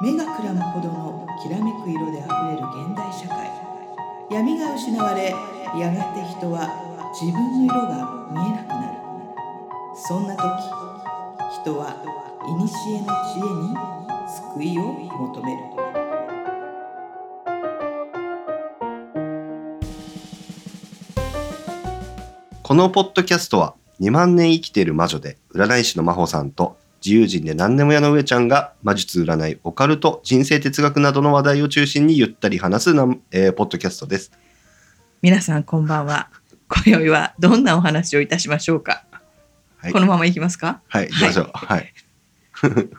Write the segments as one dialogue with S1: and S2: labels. S1: 目がくらむほどのきらめく色であふれる現代社会闇が失われやがて人は自分の色が見えなくなるそんな時人は古の知恵に救いを求める
S2: このポッドキャストは2万年生きている魔女で占い師の真帆さんと自由人で何でも屋の上ちゃんが魔術占いオカルト人生哲学などの話題を中心にゆったり話すな、えーポッドキャストです
S1: 皆さんこんばんは今宵はどんなお話をいたしましょうか、
S2: はい
S1: このままいきます か
S2: はい行きましょう、はい、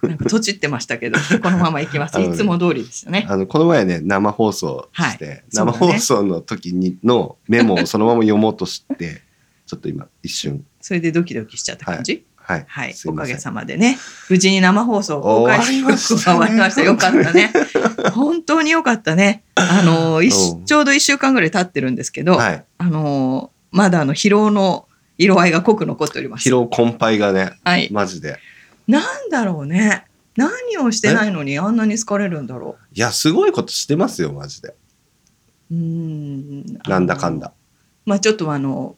S1: なんかとちってましたけどこのままいきます
S2: あのね
S1: いつも通りでしたね
S2: あのこの前ね生放送して、
S1: はいそう
S2: 生
S1: だね
S2: 放送の時にのメモをそのまま読もうとしてちょっと今一瞬
S1: それでドキドキしちゃった感じ
S2: はい、
S1: はい、
S2: すい
S1: お
S2: ま
S1: か
S2: せん
S1: げさまでね無事に生放送公開
S2: 終わりましたね
S1: 終わりましたよかった ね本当によかったねあのいし
S2: うん
S1: ちょうど1週間ぐらい経ってるんですけど、
S2: はい
S1: あのまだあの疲労の色合いが濃く残っております
S2: 疲労困憊がね
S1: はい
S2: マジで
S1: なんだろうね何をしてないのにあんなに疲れるんだろ
S2: いやすごいことしてますよマジで
S1: ううーん
S2: なんだかん
S1: だ
S2: だ
S1: まあちょっとあの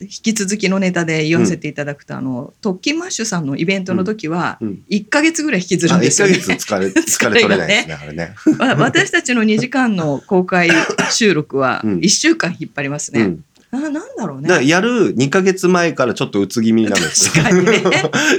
S1: 引き続きのネタで言わせていただくと、あの特勤マッシュさんのイベントの時は
S2: うん
S1: 1か月ぐらい引きずる
S2: あ
S1: んで
S2: 1
S1: す
S2: ヶ
S1: よね。
S2: 月疲れ疲れ取れないですねあれね
S1: わ私たちの2時間の公開収録は
S2: うん
S1: 1週間引っ張ります
S2: う
S1: ね。
S2: ん
S1: あなんだろう
S2: だから
S1: ね。
S2: やる2ヶ月前からちょっとうつ気味なんです
S1: 確かに ね確か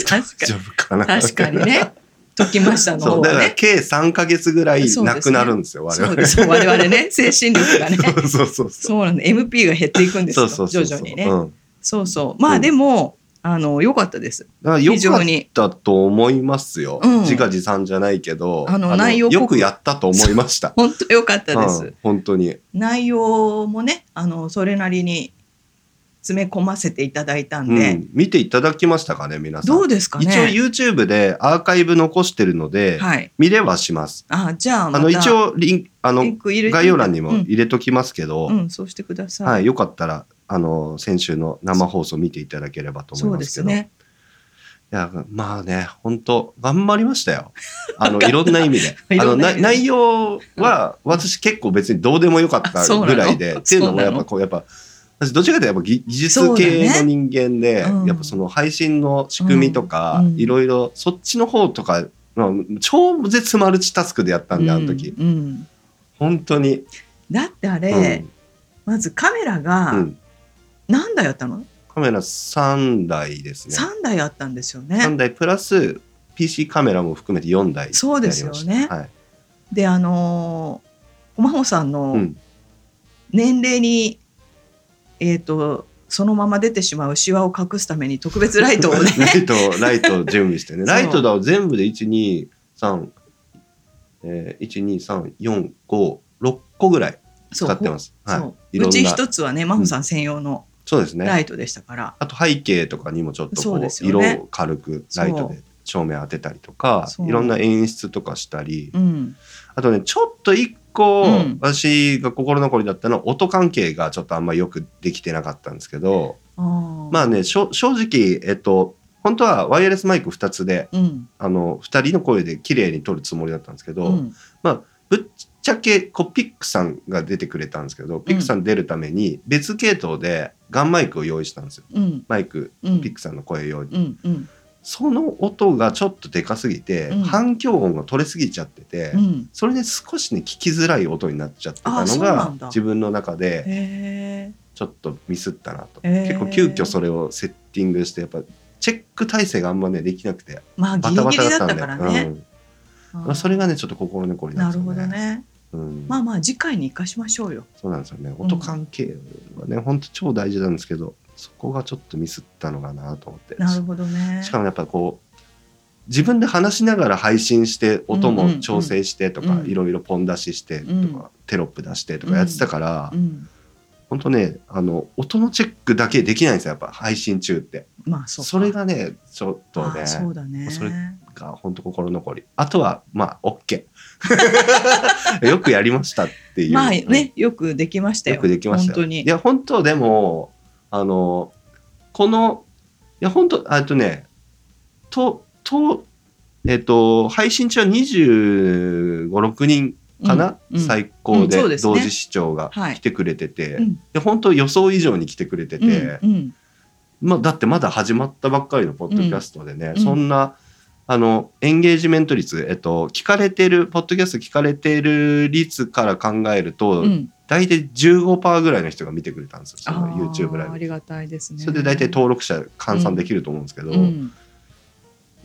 S2: 大丈夫かな
S1: に確かにね。特勤マッシュさんの
S2: そ
S1: 方
S2: うだ
S1: は
S2: から
S1: ね。
S2: 計3ヶ月ぐらい
S1: そうですね
S2: なくなるんですよ
S1: そう
S2: 我
S1: ですそう我々ね精神力がね。
S2: 々 そうそうそう
S1: そうなんで MP が減っていくんです
S2: そ
S1: よ
S2: うそうそう
S1: 徐
S2: そう
S1: 々にね。
S2: うん
S1: そうそうまあでも、あの良かったです。
S2: だからよ
S1: 非常に
S2: かったと思いますよ
S1: うん
S2: 自画自賛じゃないけど
S1: あの内容濃く
S2: よくやったと思いました
S1: 本当良かったです。
S2: うん本当に
S1: 内容もねあのそれなりに詰め込ませていただいたん
S2: う
S1: で、
S2: ん見ていただきましたかね皆さん
S1: どうですかね
S2: 一応 YouTube でアーカイブ残してるので、
S1: はい
S2: 見れはします。
S1: あじゃあま
S2: あ
S1: た
S2: の一応リンあ
S1: リ
S2: の
S1: ンク入れて
S2: 概要欄に
S1: う
S2: も
S1: ん、
S2: 入れときますけど、
S1: うんそうしてください、
S2: はい、よかったらあの先週の生放送見ていただければと
S1: そ
S2: 思いうま
S1: です
S2: け
S1: す
S2: ど、
S1: ね
S2: いやまあね本当頑張りましたよ。あ の
S1: 頑張
S2: い
S1: った
S2: ろんな意味で、あ
S1: いろ
S2: の
S1: んな意
S2: な
S1: 味で
S2: 内容は私結構別にどうでもよかっ
S1: あ
S2: た
S1: そうなの
S2: ぐらいで、っていうのもやっぱこうやっぱ。私どっちかというとやっぱ技技術系の人間で、
S1: そうだねうん
S2: やっぱその配信の仕組みとか、
S1: うんうん
S2: いろいろそっちの方とか、まあ、超絶マルチタスクでやったんであの時、
S1: うんうん
S2: 本当に、
S1: だってあれ、
S2: うん
S1: まずカメラが
S2: うん
S1: 何台あったの、
S2: カメラ3台ですね
S1: 三 ?3 台あったんですよ
S2: 3
S1: ね。
S2: 台プラス PC カメラも含めて4台
S1: そうですよね
S2: やりましたはい
S1: であのーおまほさん
S2: う
S1: の
S2: ん、
S1: 年齢に、えっ、とそのまま出てしまうシワを隠すために特別ライトを ね
S2: ライトライト準備して ね
S1: そう
S2: ライトだを全部で1234えー、12345 6個ぐらい
S1: そ
S2: 使
S1: う
S2: ってますはい
S1: そう
S2: い
S1: う
S2: ろんな
S1: ち一つはね真帆さん専用の
S2: そうですね
S1: ライトでしたから、
S2: あと背景とかにもちょっとこ
S1: そう
S2: う
S1: ですよ
S2: 色
S1: ね
S2: を軽くライトで照明当てたりとか
S1: そう
S2: いろんな演出とかしたり
S1: うん、
S2: あとねちょっと一
S1: うん
S2: 個、私が心残りだったのは音関係がちょっとあんまよくできてなかったんですけどま
S1: ま
S2: あ、ねしょ正直えっと本当はワイヤレスマイク2つで
S1: うん
S2: あの2人の声で綺麗に撮るつもりだったんですけ
S1: う
S2: ど、
S1: ん、
S2: ぶっちゃけこうピックさんが出てくれたんですけど、ピックさん出るために別系統でガンマイクを用意したんですよ
S1: うん、
S2: マイク
S1: うん
S2: ピックさんの声用に、
S1: うん、うん、
S2: その音がちょっとでかすぎて、
S1: うん
S2: 反響音が取れすぎちゃってて、
S1: うん、
S2: それで少しね聞きづらい音になっちゃってた
S1: あ
S2: の
S1: そうな
S2: が
S1: んだ
S2: 自分の中で
S1: へえ、
S2: ちょっとミスったなと、
S1: へー
S2: 結構急遽それをセッティングしてやっぱチェック体制があんまねできなくて
S1: まあ、ギ
S2: バタ
S1: リ
S2: バ
S1: ギ
S2: タ
S1: リ
S2: だ
S1: だ
S2: っ
S1: ったた
S2: んで
S1: からね。
S2: うんまあ、それがねちょっと心残りなん
S1: な
S2: です
S1: る
S2: よ
S1: ほ
S2: ね。
S1: どね。
S2: うん
S1: まあまあ、次回に生かしましょうよ。
S2: そうなんですよね音関係はね、ほんと超大事なんですけどそこがちょっとミスったのかなと思って
S1: なるほどね。
S2: しかもやっぱこう自分で話しながら配信して音
S1: うんうんう
S2: も
S1: ん
S2: 調整してとか、
S1: うん
S2: いろいろポン出ししてとか、
S1: うん
S2: テロップ出してとかやってたから、
S1: うん、
S2: ほんとねあの音のチェックだけできないんですよやっぱ配信中って
S1: まあ、そ
S2: そう
S1: か
S2: れがねちょっと
S1: あ
S2: ね
S1: あそうだね。
S2: それが本当心残りあとはまあ OK よくやりましたっていう
S1: まあね、よくできましたよ。
S2: よくできましたよ
S1: 本当
S2: い
S1: に。
S2: や本当でもあのこのいや本当あとねととえっと、配信中は25、6人かな、
S1: うんうん
S2: 最
S1: う
S2: 高で
S1: んそうですね
S2: 同時視聴が
S1: はい
S2: 来てくれてて、
S1: うん
S2: で本当予想以上に来てくれてて、
S1: うんうん
S2: まあ、だってまだ始まったばっかりのポッドキャストでね、
S1: うん
S2: そんなあのエンゲージメント率、えっと、聞かれてるポッドキャスト聞かれてる率から考えると、
S1: うん
S2: 大体15%ぐらいの人が見てくれたんですよその
S1: あー
S2: YouTube ライ
S1: あ
S2: ブ
S1: りがたいですね。
S2: それで大体登録者換算できると思うんですけど、
S1: うん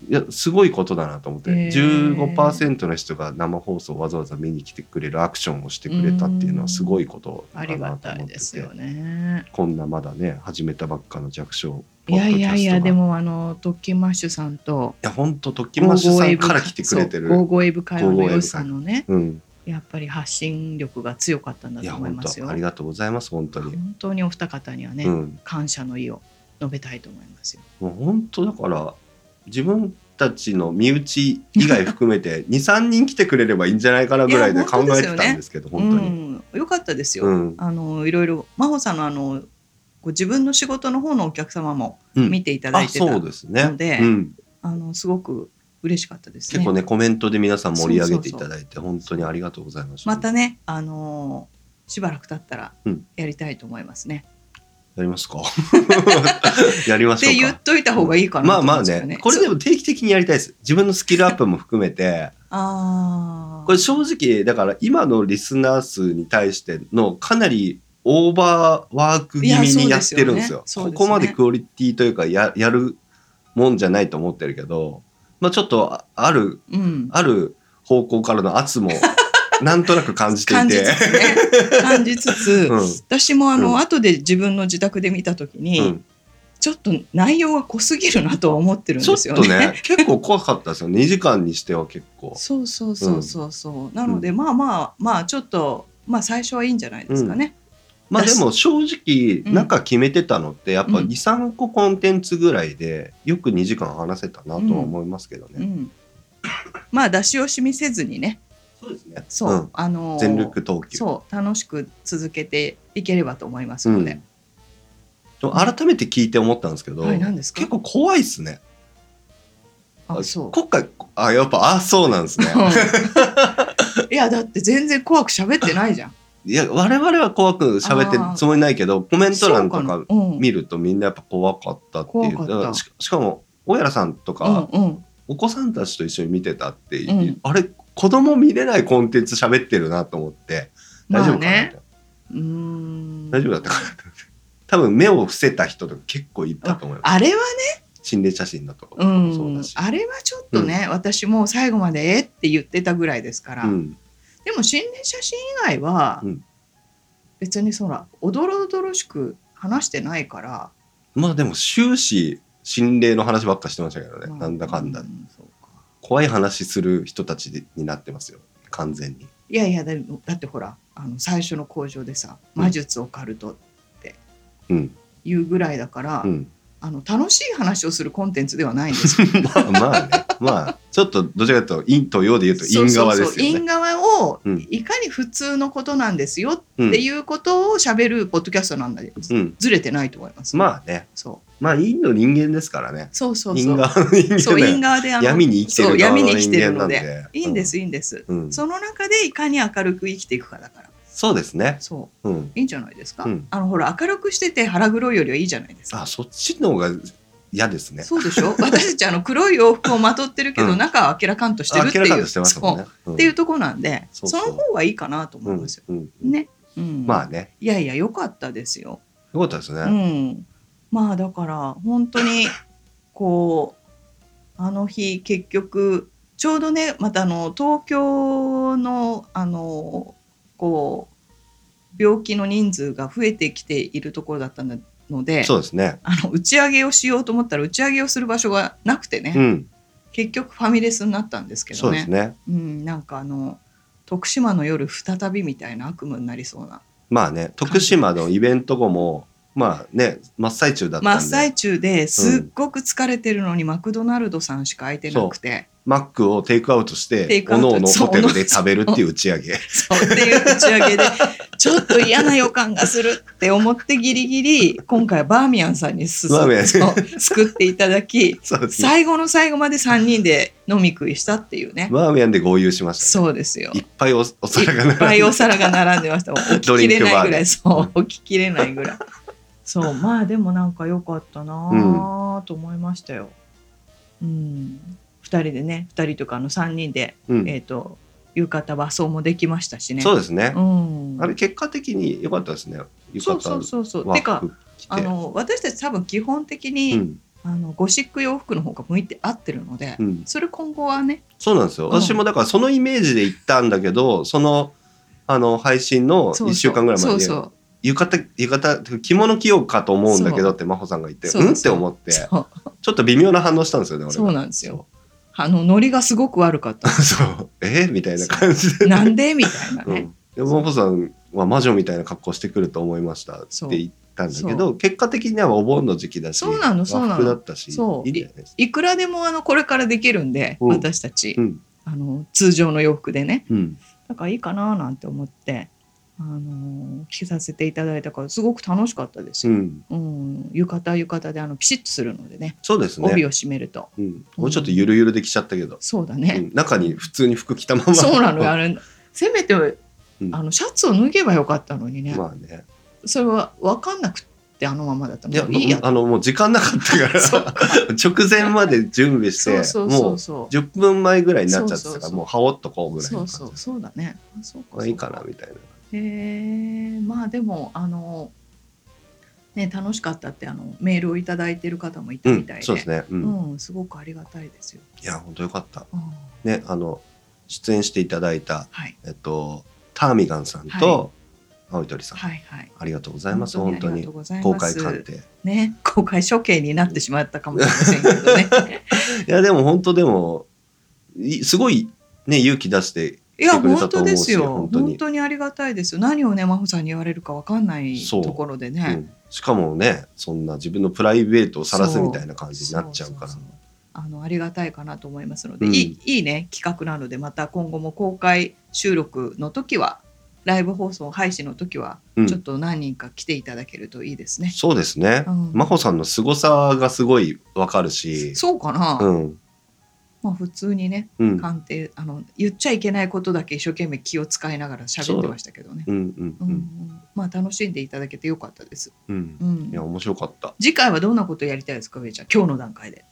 S2: いやすごいことだなと思って、
S1: へー
S2: 15%の人が生放送をわざわざ見に来てくれるアクションをしてくれたっていうのはすごいこと
S1: あ
S2: だ
S1: りが
S2: なと
S1: た
S2: 思
S1: い
S2: っ
S1: で
S2: て
S1: す
S2: て
S1: よね。
S2: こんなまだね始めたばっかの弱小
S1: い
S2: ポッドキャストが
S1: やいやいやでもあのトッキンマッシュさんと
S2: いや本当トッキンマッシュさんから来てくれてる
S1: ゴーゴーエブ会話の良さのね
S2: うん
S1: やっぱり発信力が強かったんだ
S2: いや
S1: と思い
S2: 本
S1: ますよ。
S2: 当ありがとうございます本当に
S1: 本当にお二方にはね、
S2: うん
S1: 感謝の意を述べたいと思いますよ。
S2: もう本当だから自分たちの身内以外含 めて23人来てくれればいいんじゃないかなぐらい
S1: い
S2: で
S1: や
S2: 考
S1: 本当
S2: え
S1: です
S2: て
S1: よね
S2: たんですけど本当に
S1: うん、よかったですよ。
S2: うん
S1: あのいろいろ真帆さんのあのご自分の仕事の方のお客様も
S2: うん
S1: 見ていただ
S2: あ
S1: いてた、
S2: そうですね
S1: ので
S2: うん
S1: あのすごく嬉しかったですね。
S2: 結構ねコメントで皆さん盛り上げていただいて本当にありがとうございました
S1: またね、あのーしばらく経ったら
S2: うん
S1: やりたいと思いますね。
S2: やりますか やりま
S1: っ
S2: しょ
S1: て言
S2: う
S1: っ
S2: か
S1: といた方がいいかな
S2: ま
S1: と
S2: あ
S1: 思
S2: ま
S1: うん
S2: あ
S1: ですよ
S2: ねこれでも定期的にやりたいです自分のスキルアップも含めて
S1: あー
S2: これ正直だから今のリスナー数に対してのかなりオーバーワーク気味にやってるんですよ
S1: いやそうですよねそうですね
S2: ここまでクオリティというかややるもんじゃないと思ってるけど、まあ、ちょっとあある
S1: うん、
S2: ある方向からの 圧もなんとなく感じてい
S1: 感じ
S2: て
S1: つ。つね感じつ つ、
S2: うん
S1: 私もあの、
S2: うん
S1: 後で自分の自宅で見た時に、
S2: うん
S1: ちょっと内容が濃すぎるなとは思ってるん
S2: ちょ
S1: で
S2: っ
S1: すよ
S2: と
S1: ね。
S2: ね結構怖かったですよ2時間にしては結構
S1: そうそうそうそうそう、なので、まあまあまあちょっとまあ最初はいいんじゃないですかね。
S2: まあでも正直
S1: うん
S2: 中決めてたのってやっぱ
S1: うん
S2: 23個コンテンツぐらいでよく2時間話せたなとは思いますけど
S1: うん
S2: ね、
S1: まあ出し惜しみせずにね
S2: そうですね
S1: そう、あのー
S2: 全力投球
S1: そう楽しく続けていければと思いますので、
S2: でも改めて聞いて思ったんですけど、
S1: はい何ですか
S2: 結構怖いっすね
S1: あそう
S2: 今回あやっぱあそうなんですね
S1: いやだって全然怖く喋ってないじゃん。
S2: いや我々は怖く喋ってるつもりないけどコメント欄とか
S1: うん
S2: 見るとみんなやっぱ怖かったってい
S1: 怖
S2: う
S1: かった
S2: だらししかも小原さんと
S1: うん
S2: か、
S1: うん
S2: お子さんたちと一緒に見てたっていう、
S1: うん
S2: あれ子供見れないコンテンツ喋ってるなと思って大丈
S1: まあ
S2: 夫かな、
S1: ねうーん
S2: 大丈夫だったかな多分目を伏せた人とか結構いたと思います
S1: あれは
S2: 心霊写真だとか
S1: う
S2: もそうだ
S1: ん
S2: し、
S1: あれはちょっとね、私もう最後までえって言ってたぐらいですから、
S2: うん
S1: でも心霊写真以外は、
S2: うん
S1: 別にそらおどろおどろしく話してないから、
S2: まあでも終始心霊の話ばっかしてましたけどね、
S1: まあ
S2: なんだかんだ、
S1: うそうか
S2: 怖い話する人たちになってますよ完全に
S1: いやいやだだってほらあの最初の工場でさ
S2: うん
S1: 魔術オカルトって
S2: うん
S1: いうぐらいだから、
S2: うん
S1: あの楽しい話をするコンテンツではないんですよ。
S2: まあまあねまあちょっとどちらかというと陰と陽で言うと 陰側
S1: そうそ
S2: ですよね
S1: うそう陰側を
S2: うん
S1: いかに普通のことなんですよっ
S2: うん
S1: ていうことを喋るポッドキャストなんだよ、
S2: うん
S1: ずれてないと思います。あ、
S2: まあね
S1: そう
S2: まあ陰の人間ですからね
S1: そうそう
S2: 陰
S1: そう。
S2: 側の人間
S1: そう
S2: だよ
S1: 陰側であの
S2: 闇に生きて
S1: そう
S2: る側
S1: 闇
S2: の
S1: に生き
S2: 人
S1: て
S2: 間
S1: る
S2: な
S1: の
S2: ん
S1: で
S2: で
S1: いいんですいいんです。
S2: うん、うん
S1: その中でいかに明るく生きていくかだから。
S2: そうですね
S1: そう
S2: うん
S1: いいんじゃないですか。
S2: うん
S1: あのほら明るくしてて腹黒いよりはいいじゃないですか。
S2: あそっちの方が嫌ですね
S1: そうでしょ。 私たちあの黒い洋服をまとってるけど、
S2: うん
S1: 中は明らかんとしてるって
S2: 明
S1: いう。
S2: らかにしてます
S1: そ
S2: もん
S1: う
S2: ね、うん
S1: っていうところなんで、
S2: そ
S1: そう
S2: そう
S1: の方がいいかなと思いますよ。
S2: うんうん
S1: ね。うん。
S2: まあね
S1: いやいや良かったですよ。
S2: よかったですね、
S1: うん。まあだから本当 にこうあの日結局ちょうどねまたあの東京のあのこう病気の人数が増えてきているところだったので
S2: そうですね
S1: あの打ち上げをしようと思ったら打ち上げをする場所がなくてね、
S2: うん
S1: 結局ファミレスになったんですけ
S2: そ
S1: ど
S2: う
S1: ね
S2: ですね
S1: うん、なんかあの徳島の夜再びみたいな悪夢になりそうな
S2: まあね徳島のイベント後もまあね真っ最中だったんで
S1: 真っ最中ですっごく疲れてるのにマクドナルドさんしか空いてなくて、
S2: マックをテイクアウトし
S1: テ
S2: て
S1: イク
S2: 各
S1: アウト
S2: 々 のホテルで食べるっていう打ち上げ
S1: そうっていう打ち上げで ちょっと嫌な予感がするって思ってギリギリ今回はバーミヤンさんにす
S2: バーミヤン
S1: そう救っていただき
S2: そうですね。
S1: 最後の最後まで3人で飲み食いしたっていうね
S2: バーミヤンで合流しました、ね。
S1: そうですよ
S2: いっぱいおお皿が
S1: いっぱ
S2: 並
S1: い
S2: んで
S1: お皿が並んでました。 置ききれない
S2: ドリンクバー
S1: ぐら
S2: で
S1: い、そう、置ききれないぐらい。そう、まあでもなんか良かったなあと思いましたよ。うん。二、人でね、二人とかあの三人で、
S2: うん
S1: えっ、と浴衣和装もできましたしね。
S2: そう
S1: う
S2: ですね。
S1: ん。
S2: あれ結果的に良かったですね。良か
S1: そ
S2: っ
S1: う
S2: た
S1: そうそうそう。
S2: 和
S1: てか
S2: 服着て。
S1: あの私たち多分基本的に、
S2: うん
S1: あのゴシック洋服の方が向いて合ってるので、
S2: うん、
S1: それ今後はね、
S2: そうなんですよ。
S1: うん
S2: 私もだからそのイメージで行ったんだけど、そのあの配信の
S1: そうそう
S2: 1週間ぐらい前に
S1: そうそう
S2: 浴衣浴衣着物着ようかと思うんだけどって真帆さんが言って、
S1: そう
S2: うんって思って、
S1: そ
S2: ち
S1: う
S2: ょっと微妙な反応したんですよね。俺が
S1: そうなんですよ。あのノリがすごく悪かった。
S2: そう えみたいな感じ で。
S1: なんでみたいな
S2: う
S1: ね。
S2: ん、でも真帆さんは魔女みたいな格好してくると思いましたって
S1: そう
S2: 言ったんだけ
S1: そ
S2: ど結果的にはお盆の時期だし
S1: そうなのそうなの
S2: 和服だったしい
S1: そう
S2: いんじゃないですか。
S1: いくらでもあのこれからできるんで、
S2: うん
S1: 私たち、
S2: うん
S1: あの通常の洋服でね。
S2: うん、
S1: だからいいかななんて思って、あの着させていただいたからすごく楽しかったです
S2: う
S1: よ。
S2: ん、
S1: うん、浴衣は浴衣であのピシッとするのでね、
S2: そうです
S1: 帯
S2: ね、
S1: を締めると。
S2: うん、もうちょっとゆるゆるできちゃったけど、
S1: そうだ
S2: う
S1: ね。
S2: ん、中に普通に服着たまま
S1: そうなのよ。あれせめて、
S2: ん
S1: あのシャツを脱げばよかったのにね。
S2: まあね
S1: それは分かんなくってあのままだった
S2: いや
S1: もういいや。
S2: あのもう時間なかったか ら
S1: そ
S2: 直前まで準備して
S1: そうそう
S2: も
S1: そううそう。
S2: 10分前ぐらいになっちゃってたから
S1: そうそうそう
S2: もう羽織っとこうぐらいの
S1: そ
S2: 感
S1: う
S2: じ
S1: そうそうだね。あそう
S2: ま
S1: か
S2: あいいか
S1: そう
S2: なみたいな
S1: へえまあでもあのね楽しかったってあのメールをいただいてる方もいた
S2: う
S1: み
S2: ん
S1: たいで、
S2: そうですね、うん
S1: うんすごくありがたいですよ。
S2: いや本当よかった
S1: うん
S2: ねあの出演していただいた
S1: はい
S2: えっとターミガンさんと青い鳥さん、
S1: はいはい。
S2: ありがとうございます本当
S1: ありが
S2: に
S1: とうござい
S2: 公
S1: ま
S2: 開
S1: す
S2: 鑑定い
S1: ね公開処刑になってしまったかもしれませんけ どね。
S2: やでも本当でもいすごいね勇気出して
S1: いや
S2: 来てくれた
S1: 本
S2: と
S1: 当
S2: 思うし
S1: ですよ
S2: 本
S1: 本
S2: 当
S1: 当
S2: に
S1: にありがたいですよ。何をね真帆さんに言われるかわかんない
S2: そう
S1: ところで
S2: う
S1: ね。
S2: んしかもねそんな自分のプライベートを晒すみたいな感じになっちゃうから
S1: そそそあのありがたいかなと思いますので、
S2: うん
S1: いいいいね企画なのでまた今後も公開収録の時はライブ放送配信の時は
S2: うん
S1: ちょっと何人か来ていただけるといいですね。
S2: そうですね、
S1: うん
S2: 真帆さんの凄さがすごいわかるし
S1: そうかな、
S2: うん
S1: まあ普通にね
S2: うんうん
S1: 鑑定あの言っちゃいけないことだけ一生懸命気を使いながら喋ってましたけどね。
S2: うん
S1: うんうんまあ楽しんでいただけてよかったです。
S2: うんうん
S1: うん
S2: いや面白かった
S1: 次回はどんなことやりたいですか上ちゃん今日の段階で。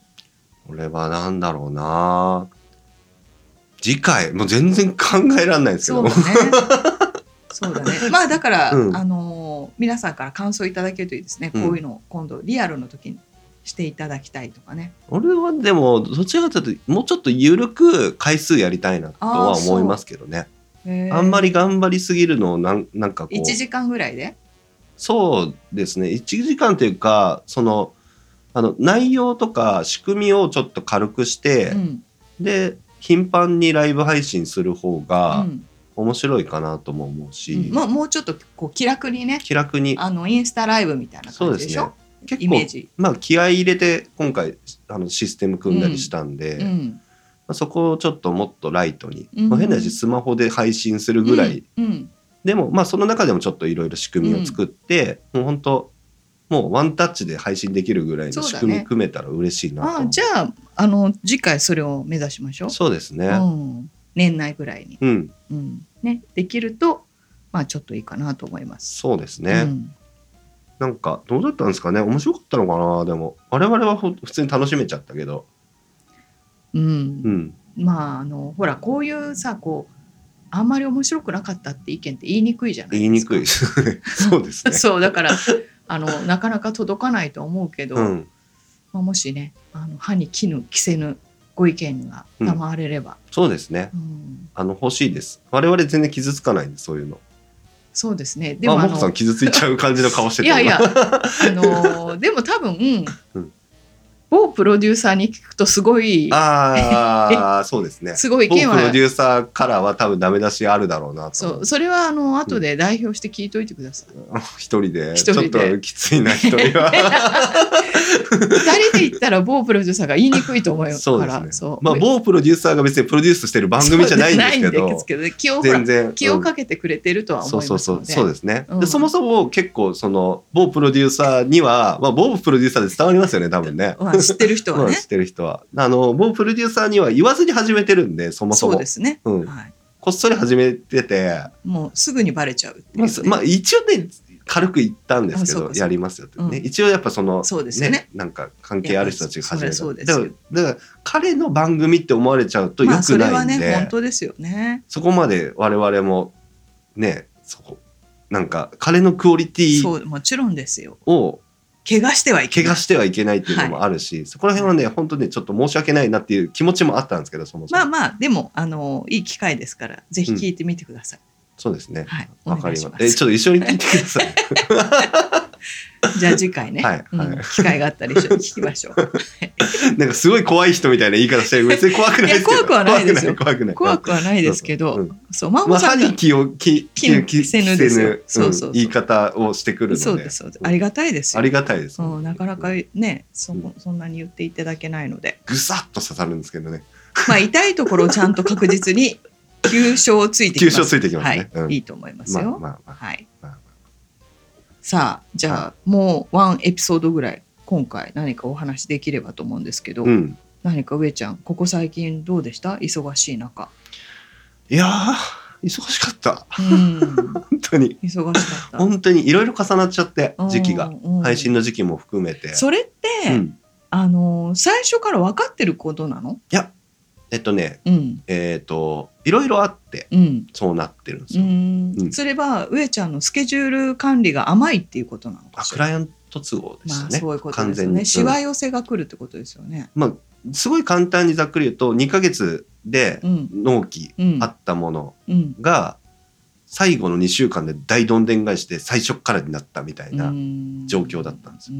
S2: これはなんだろうな次回もう全然考えられないんですけ
S1: そ
S2: ど
S1: う だね。そうだね。まあだから、
S2: うん
S1: あのー皆さんから感想いただけるといいですね。こ
S2: う
S1: うんいうのを今度リアルの時にしていただきたいとかね。
S2: 俺はでもどちらかというともうちょっと緩く回数やりたいなと
S1: あ
S2: は
S1: ーそう
S2: 思いますけどね
S1: へー
S2: あんまり頑張りすぎるのをなんなんかこ
S1: 1
S2: う
S1: 時間ぐらいで。
S2: そうですね1時間というかそのあの内容とか仕組みをちょっと軽くして
S1: う、ん。
S2: で頻繁にライブ配信する方
S1: う
S2: が
S1: ん
S2: 面白いかなとも思うし、
S1: うんもうもうちょっとこう気楽にね。
S2: 気楽に
S1: あのインスタライブみたいな
S2: そう
S1: 感
S2: で
S1: じですし
S2: ね
S1: ょ。
S2: 結
S1: イメー
S2: 構
S1: ジ。
S2: まあ気合い入れて今回あのシステム組んだりしたんで、
S1: う
S2: ま
S1: ん。
S2: あ、そこをちょっともっとライトに、
S1: うん
S2: まあ、変な話スマホで配信するぐらい、
S1: うん。うん
S2: でもまあその中でもちょっといろいろ仕組みを作って、もう本当もうワンタッチで配信できるぐらいの
S1: そう
S2: 仕
S1: だね
S2: 組み組めたら嬉しいなと思う
S1: あじゃああの次回それを目指しましょう。
S2: そうですね。
S1: うん。年内ぐらいに。
S2: うん、
S1: うん。ねできるとまあちょっといいかなと思います。
S2: そうですね、
S1: うん
S2: なんかどうだったんですかね面白かったのかなでも我々はほ普通に楽しめちゃったけど、
S1: うん
S2: うん、
S1: まああのほらこういうさこうあんまり面白くなかったって意見って言いにくいじゃない
S2: 言い
S1: で
S2: に
S1: すか。
S2: くいそうです ね。
S1: そうだからあのなかなか届かないと思うけど、
S2: うん、
S1: まあ、もしねあの歯に衣着せぬご意見が賜れれば、
S2: そうですね。
S1: うん
S2: あの欲しいです。我々全然傷つかないんでそういうの。
S1: そうですねで
S2: でも
S1: も
S2: あ、
S1: あ
S2: モコさん
S1: の
S2: 傷ついちゃう感じの顔して
S1: い
S2: たよ
S1: やいやあのでも多分、
S2: うん
S1: 某プロデューサーに聞くとすごい
S2: ああそうですね
S1: すごい意
S2: 某プ
S1: 見は
S2: ロデューサーからは多分ダメ出しあるだろうなと
S1: そ
S2: 思う
S1: うそれはあの後で代表して聞いといてください
S2: 一人で
S1: 一人で
S2: ちょっときついな一人は
S1: 二人で行ったら某プロデューサーが言いにくいと思うから
S2: そうです ね
S1: そう
S2: まあ某プロデューサーが別にプロデュースしてる番組じゃないんですけ
S1: そう
S2: ど
S1: ないんですけど気をほら
S2: 全然
S1: 気をかけてくれてるとは思
S2: そ
S1: い
S2: うそう
S1: ます
S2: そ
S1: の
S2: う
S1: で
S2: そうですね、
S1: うん
S2: でそもそも結構その某プロデューサーには、まあ、某プロデューサーで伝わりますよね多分ね
S1: まあ知ってる人は
S2: まあ
S1: ね
S2: 知ってる人はあの某プロデューサーには言わずに始めてるんでそも
S1: そ
S2: そ
S1: う
S2: も
S1: ですね、
S2: うん
S1: はい、
S2: こっそり始めてて、
S1: もうすぐにバレちゃうっていう
S2: ま
S1: ね、
S2: あすまあ、一応ね軽く言ったんですけ
S1: あそう
S2: ど
S1: かそうか
S2: やりますよってね、
S1: うん
S2: 一応やっぱその
S1: そうですよね
S2: なんか関係ある人たちが始
S1: いや
S2: めた
S1: そりゃそうですよ
S2: だからだから彼の番組って思われちゃうと良
S1: まあ
S2: く
S1: それ
S2: ない
S1: は
S2: んで、
S1: ね本
S2: そ
S1: 当ですよね
S2: こまで我々もねそこなんか彼のクオリティ
S1: そうもちろんですよ
S2: を
S1: 怪我してはいけ
S2: 怪
S1: ない
S2: 我してはいけないっていうのもあるし、そこら辺はね本当ねちょっと申し訳ないなっていう気持ちもあったんですけどそもそも、
S1: まあまあでもあのいい機会ですからぜひ聞いてみてください、
S2: そうですね
S1: はいお
S2: わか
S1: 願い
S2: り
S1: し
S2: ま
S1: ます
S2: えちょっと一緒に聞いてください
S1: じゃあ次回ね、
S2: はいはい
S1: うん機会があったら一緒に聞きましょ う
S2: なんかすごい怖い人みたいな言い方して別に怖くないですけど
S1: いや怖くはないですよ
S2: 怖くない
S1: 怖
S2: 怖くない
S1: くはないですけど
S2: う
S1: そ
S2: ん
S1: う真
S2: ま
S1: 帆
S2: あ、
S1: さ
S2: 歯
S1: ん
S2: に
S1: が
S2: 気をき
S1: 気の
S2: 気
S1: せぬですよそうそうそう
S2: 言い方をしてくるので
S1: そうですそうです
S2: うん
S1: ありがたいです
S2: あ
S1: よ
S2: りがたいです、
S1: そうなかなかねそこそんなに言っていただけないので
S2: ぐさっと刺さるんですけどね
S1: まあ痛いところをちゃんと確実に急所をついてき
S2: 急
S1: ます
S2: 所ついてきますね、
S1: はい
S2: うん
S1: いいと思います
S2: まあ
S1: よ、
S2: まあまあ
S1: はい
S2: まあまあ。
S1: さあ、じゃあ、もうワンエピソードぐらい、今回何かお話できればと思うんですけど、
S2: うん
S1: 何か上ちゃん、ここ最近どうでした忙しい中。
S2: いやー忙しかった
S1: うん、
S2: 本当に
S1: 忙しかった。
S2: 本当にいろいろ重なっちゃって時期が
S1: うん、
S2: 配信
S1: の。
S2: の時期も含めて
S1: それって、
S2: うん
S1: あのー、最初から分かってることなの
S2: えっとね
S1: うん、
S2: えっ、といろいろあって
S1: うん。
S2: そうなってるんです
S1: う
S2: よ、
S1: ん
S2: うん
S1: それは上ちゃんのスケジュール管理が甘いっていうことなの
S2: あ
S1: かし
S2: ク
S1: ら
S2: ライアント都合でした
S1: まあ
S2: ね、
S1: そういうこと
S2: 完
S1: ですよ
S2: 全に、う
S1: ね
S2: ん
S1: しわ寄せが来るってことですよね
S2: すごい簡単にざっくり言うと2ヶ月で
S1: うん
S2: 納期
S1: うん
S2: あったもの
S1: うん
S2: が最後の2週間で大どんでん返しで最初っからになったみたいな状況だったんです
S1: よ。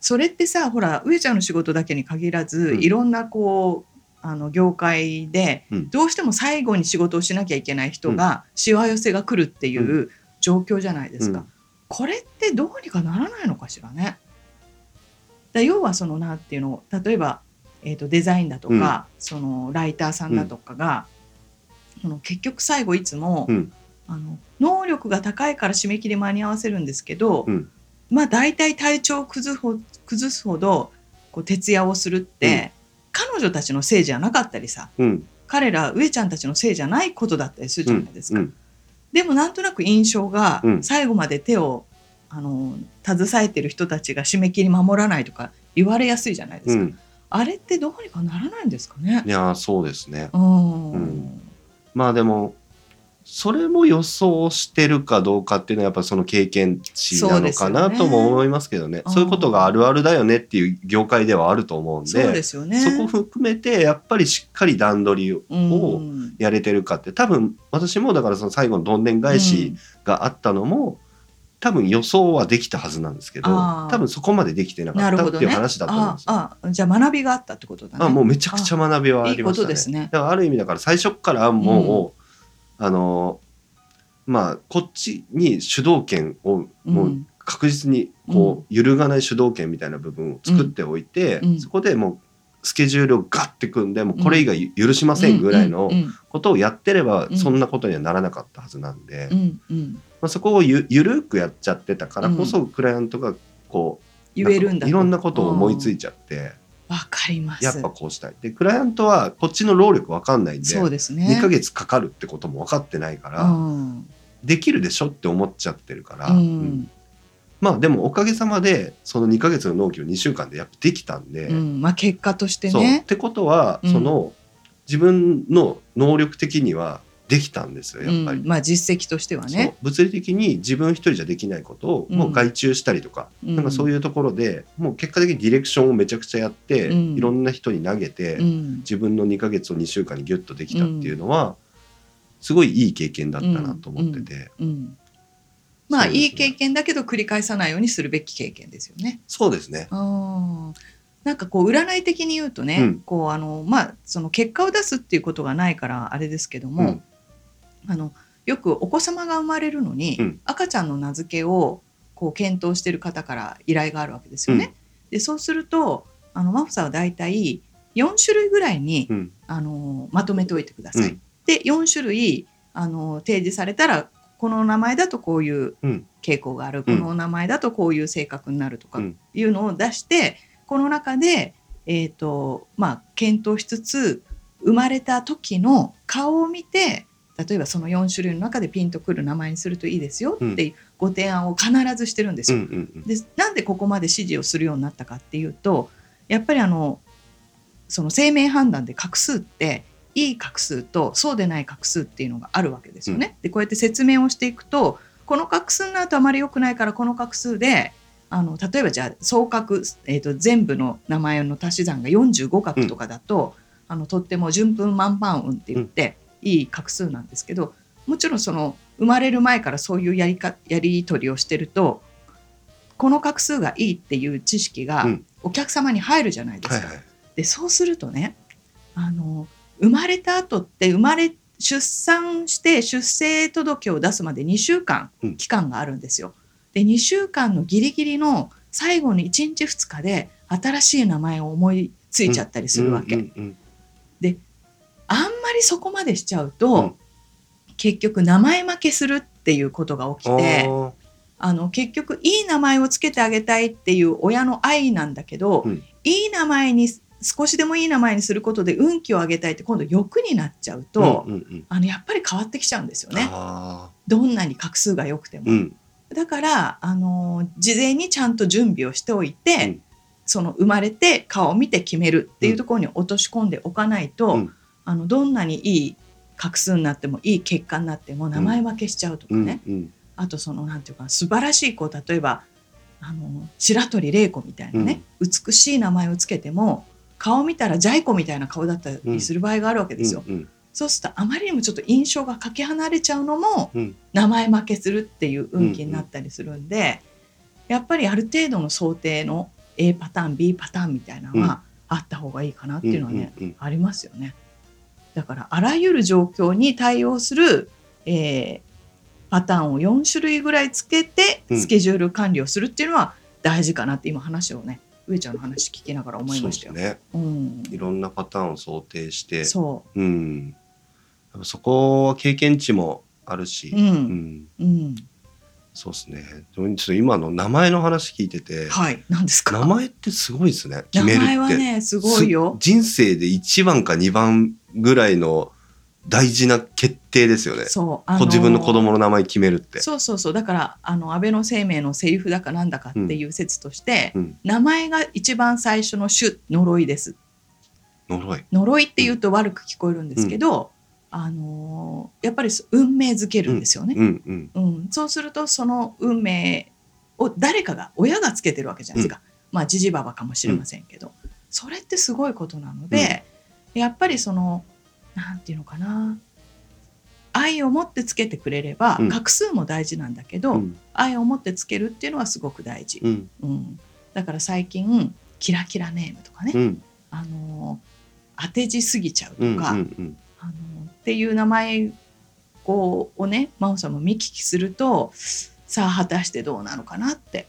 S1: それってさほら上ちゃんの仕事だけに限らず、
S2: うん
S1: いろんなこうあの業界で、
S2: うん
S1: どうしても最後に仕事をしなきゃいけない人が、しわ寄せが来るっていう状況じゃないですか、
S2: うん
S1: これってどうにかならないのかしらね。だ要はそのなんていうの例えば、えー、とデザインだとか、そのライターさんだとかが、その結局最後いつも、
S2: うん
S1: あの能力が高いから締め切り間に合わせるんですけど、
S2: うん
S1: まあ大体体調を崩すほ崩すほどこう徹夜をするって、彼女たちのせいじゃなかったりさ
S2: うん
S1: 彼ら上ちゃんたちのせいじゃないことだったりするじゃないですか。
S2: うん
S1: でもなんとなく印象が
S2: うん
S1: 最後まで手を、あの携えてる人たちが締め切り守らないとか言われやすいじゃないで
S2: う
S1: すか、
S2: ん
S1: あれってどうにかならないんですかね
S2: いやーそうですね
S1: うん、
S2: うんまあでもそれも予想してるかどうかっていうのはやっぱその経験値なのか
S1: そう
S2: な
S1: ですよね
S2: とも思いますけどね
S1: うん
S2: そういうことがあるあるだよねっていう業界ではあると思うんで
S1: そうですよね
S2: そこ含めてやっぱりしっかり段取りを
S1: うん
S2: やれてるかって多分私もだからその最後のどんでん返しがあったのも多分予想はできたはずなんですけど
S1: あー
S2: 多分そこまでできてな
S1: な
S2: かっ
S1: る
S2: た
S1: ほ
S2: っ
S1: ど
S2: てい
S1: ね
S2: う話だと思うんですよ。
S1: ああじゃあ学びがあったってことだね
S2: あもうめちゃくちゃ学びはありまし
S1: いいこ
S2: た
S1: と
S2: ね。
S1: ですね
S2: だからある意味だから最初からもう、あのまあこっちに主導権をもう確実にこう揺るがない主導権みたいな部分を作っておいて、
S1: うんうん
S2: そこでもうスケジュールをガッて組んでもうこれ以外許しませんぐらいの
S1: うんうん
S2: ことをやってれば
S1: うん
S2: そんなことにはならなかったはずなんで、
S1: う
S2: ま
S1: んうん
S2: あ、そこをゆゆるくやっちゃってたからこそクライアントがこう、
S1: 言えるんだ
S2: いろんなことを思いつい
S1: て
S2: ちゃって
S1: わかります
S2: やっぱこうしたいでクライアントはこっちの労力わかんないんで
S1: そうですね
S2: 2ヶ月かかるってことも分かってないから、
S1: うん
S2: できるでしょって思っちゃってるから、
S1: う
S2: うん
S1: ん
S2: まあでもおかげさまでその2ヶ月の納期を2週間でやっぱできたんで、
S1: うんまあ結果として
S2: そうっ
S1: ね
S2: てことは、
S1: うん
S2: その自分の能力的にはできたんですよやっぱり。
S1: うんまあ実績としては
S2: そう
S1: ね
S2: 物理的に自分一人じゃできないことを
S1: うん
S2: もう外注したりとか、
S1: な
S2: なんかそう
S1: い
S2: いうところでもう結果的にディレクションをめちゃくちゃやって、
S1: うん
S2: いろんな人に投げて、
S1: うん
S2: 自分の2ヶ月を2週間にギュッとできたっていうのは、すごいいい経験だったなと思ってて、
S1: うんまあ
S2: そうですね
S1: いい経験だけど繰り返さないようにするべき経験ですよね。
S2: そうですね
S1: あーなんかこう占い的に言うとね、
S2: うん
S1: こうあのまあその結果を出すっていうことがないからあれですけども、あのよくお子様が生まれるのに、
S2: うん
S1: 赤ちゃんの名付けをこう検討してる方から依頼があるわけですよね。でそうするとあのマフさんはだいたい4種類ぐらいに、
S2: うん
S1: あのまとめておいてください。
S2: うん
S1: で4種類あの提示されたらこの名前だとこういう
S2: うん
S1: 傾向がある、
S2: うん
S1: この名前だとこういう性格になるとか
S2: うん
S1: いうのを出してこの中で、えーとまあ、検討しつつ生まれた時の顔を見て例えばその4種類の中でピンとくる名前にするといいですよっていうご提案を必ずしてるんです
S2: うん
S1: よ。
S2: うん
S1: でなんでここまで指示をするようになったかっていうとやっぱりあのその生命判断で画数っていい画数とそうでない画数っていうのがあるわけですよね。でこうやって説明をしていくとこの画数の後あまり良くないからこの画数であの例えばじゃあ総画、えー、と全部の名前の足し算が45画とかだと、あのとっても順風満帆運って言って、いい画数なんですけどもちろんその生まれる前からそういうやりかやり取りをしてるとこの画数がいいっていう知識が
S2: うん
S1: お客様に入るじゃないですか。
S2: はいはい
S1: でそうするとねあの生まれた後って生まれ出産して出生届を出すまで2週間
S2: うん
S1: 期間があるんですよ。で2週間のギリギリの最後に1日2日で新しい名前を思いついちゃったりするわけ。
S2: うんうん
S1: あんまりそこまでしちゃうと、
S2: うん
S1: 結局名前負けするっていうことが起
S2: うん
S1: きて。
S2: あー
S1: あの結局いい名前をつけてあげたいっていう親の愛なんだけど、
S2: うん
S1: いい名前に少しでもいい名前にすることで運気を上げたいって今度欲になっちゃうと、
S2: うんうんうん
S1: あのやっぱり変わってきちゃうんですよね
S2: あ
S1: どんなに画数が良くても。
S2: ーうん
S1: だからあの事前にちゃんと準備をしておいて、
S2: うん
S1: その生まれて顔を見て決めるっていうところに落とし込んでおかないと、
S2: うん
S1: あのどんなにいい画数になってもいい結果になっても名前分けしちゃうとか
S2: う
S1: ね。
S2: んうん
S1: あとそのなんていうか素晴らしい子例えばあの白鳥玲子みたいなね、美しい名前をつけても顔見たらジャイ子みたいな顔だったりする場合があるわけですよ、
S2: うん
S1: そうするとあまりにもちょっと印象がかけ離れちゃうのも、
S2: うん
S1: 名前負けするっていう運気になったりするんで、やっぱりある程度の想定の A パターン B パターンみたいなのはあった方がいいかなっていうのはね、
S2: うんうん
S1: ありますよね。だからあらゆる状況に対応する、えーパターンを4種類ぐらいつけて
S2: うん
S1: スケジュール管理をするっていうのは大事かなって今話をね上ちゃんの話聞きながら思いましたよ。
S2: そうですね
S1: うん
S2: いろんなパターンを想定して
S1: そ
S2: うんやっぱそこは経験値もあるし
S1: う、う
S2: うんん
S1: うん、
S2: そうですねでもちょっと今の名前の話聞いてて、
S1: はい何です
S2: 名
S1: か
S2: 前ってすごいですね決
S1: 名
S2: めるって
S1: 前はねすごいよ
S2: す。人生で1番か2番ぐらいの大事な決定ですよね、
S1: そう、
S2: こ
S1: あー
S2: 自分の子供の名前決めるって
S1: そうそうそうだからあの安倍の生命のセリフだかなんだかっていう説として、
S2: うん
S1: 名前が一番最初の種呪いです
S2: 呪い
S1: 呪いって言うと悪く聞こえるんですけど、あのーやっぱりそ運命づけるんですよね、
S2: うんうん
S1: うんそうするとその運命を誰かが親がつけてるわけじゃないですか、まあじじばばかもしれませんけど、それってすごいことなので、やっぱりそのなんていうのかな愛を持ってつけてくれれば、
S2: うん
S1: 画数も大事なんだけど、
S2: うん
S1: 愛を持ってつけるっていうのはすごく大事、
S2: うん
S1: うん、だから最近キラキラネームとかね、
S2: うん
S1: あの当て字すぎちゃうとか、
S2: うんうん
S1: あのっていう名前をね真央さんも見聞きするとさあ果たしてどうなのかなって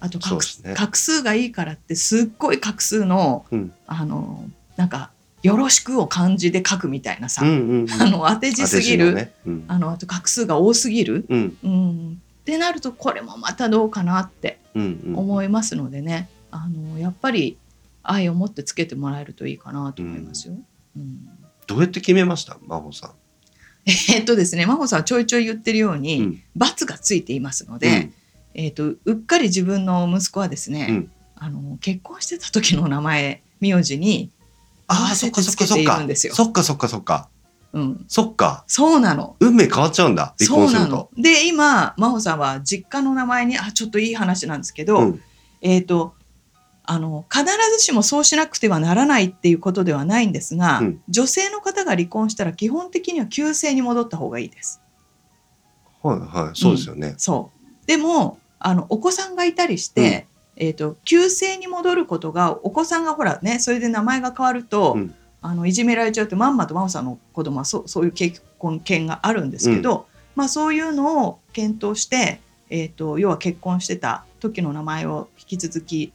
S1: あと
S2: そう
S1: 画,、
S2: ですね
S1: 画数がいいからってすっごい画数の,、
S2: うん
S1: あのなんか「よろしく」を漢字で書くみたいなさ、
S2: うんうんうん
S1: あの当て字すぎる、
S2: 当て字のねうん
S1: あのあと画数が多すぎる、
S2: うん
S1: うん、ってなるとこれもまたどうかなって
S2: うんうん
S1: 思いますのでね、あのやっぱり愛を持ってつけてもらえるといいかなと思いますよ。うん
S2: どうやって決めました真帆さん
S1: えっとですね真帆さんはちょいちょい言ってるように、
S2: うん
S1: 罰がついていますので、えっとうっかり自分の息子はですね、
S2: うん
S1: あの結婚してた時の名前名字に
S2: あ
S1: 合
S2: あ
S1: わ
S2: そ
S1: せ
S2: っか
S1: て
S2: そっ
S1: つ
S2: か
S1: け
S2: そ
S1: て
S2: っ
S1: い
S2: か
S1: るんですよ。
S2: そっかそっかそっか
S1: うん、
S2: そっか
S1: そうなの
S2: 運命変わっちゃうんだ離
S1: そ
S2: 婚
S1: う
S2: す
S1: な
S2: る
S1: の
S2: と。
S1: で今真帆さんは実家の名前にあちょっといい話なんですけど、
S2: うん
S1: えー、とあの必ずしもそうしなくてはならないっていうことではないんですが、
S2: うん
S1: 女性の方が離婚したら基本的には旧姓に戻った方がいいです。
S2: はいはいそうですよね
S1: そうでもあのお子さんがいたりして、えー、と旧姓に戻ることがお子さんがほらねそれで名前が変わると、
S2: うん
S1: あのいじめられちゃうってまんまとまおさんの子供はそうそういう経婚権があるんですけど、まあ、そういうのを検討して、えー、と要は結婚してた時の名前を引き続き、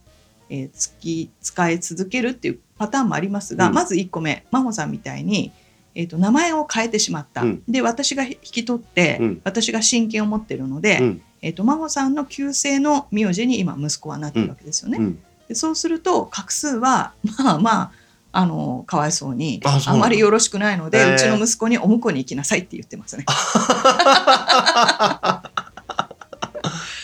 S1: えーつき使い続けるっていうパターンもありますが、
S2: うん
S1: まず1個目真帆さんみたいに、えー、と名前を変えてしまった、
S2: うん
S1: で私が引き取って、
S2: うん
S1: 私が親権を持ってるので。
S2: うん
S1: えー、と真帆さんの旧姓の名字に今息子はなってるわけですよね。
S2: うん
S1: でそうすると画数は まあまああのかわいそうに
S2: あそうなんだ
S1: あんまりよろしくないので、
S2: へー
S1: うちの息子にお婿に行きなさいって言ってますね。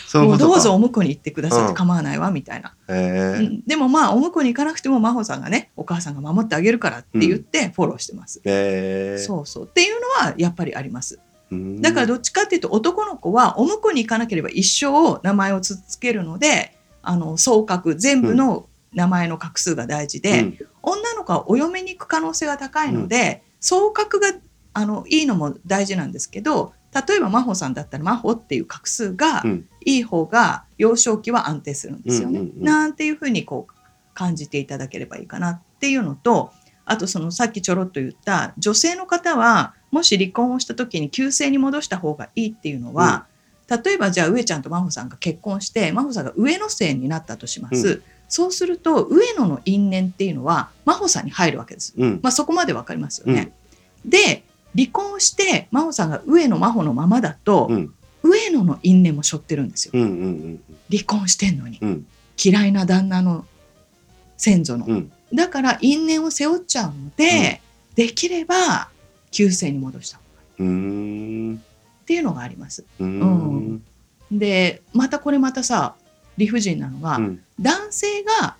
S2: そうい
S1: も
S2: うこ
S1: う
S2: とか
S1: どうぞお婿に行ってくださいっ
S2: うん
S1: て構わないわみたいな、
S2: へ
S1: う
S2: え
S1: んでもまあお婿に行かなくても真帆さんがねお母さんが守ってあげるからって言ってフォローしてます。
S2: へえ
S1: そうそうっていうのはやっぱりあります。
S2: うん
S1: だからどっちかっていうと男の子はお婿に行かなければ一生名前を続けるのであの総格全部の名前の画数が大事で、
S2: うん
S1: 女の子はお嫁に行く可能性が高いので、総格があのいいのも大事なんですけど例えば真帆さんだったら真帆っていう画数が
S2: うん
S1: いい方が幼少期は安定するんですよね。
S2: うんうんうん
S1: なんていうふうにこう感じていただければいいかなっていうのとあとそのさっきちょろっと言った女性の方はもし離婚をした時に旧姓に戻した方がいいっていうのは、例えばじゃあ上ちゃんと真帆さんが結婚して真帆さんが上の姓になったとします、
S2: う
S1: そうすると上野の因縁っていうのは真帆さんに入るわけです、
S2: うん
S1: まあ、そこまでわかりますよね、で離婚して真帆さんが上野真帆のままだと、
S2: うん
S1: 上野の因縁も背負ってるんですよ
S2: うんうん
S1: 離婚してんのに
S2: うんうん
S1: 嫌いな旦那の先祖の、
S2: うん
S1: だから因縁を背負っちゃうので、できれば旧姓に戻した
S2: うーん
S1: っていうのがあります
S2: うーん
S1: うんでまたこれまたさ理不尽なのが、
S2: うん
S1: 男性が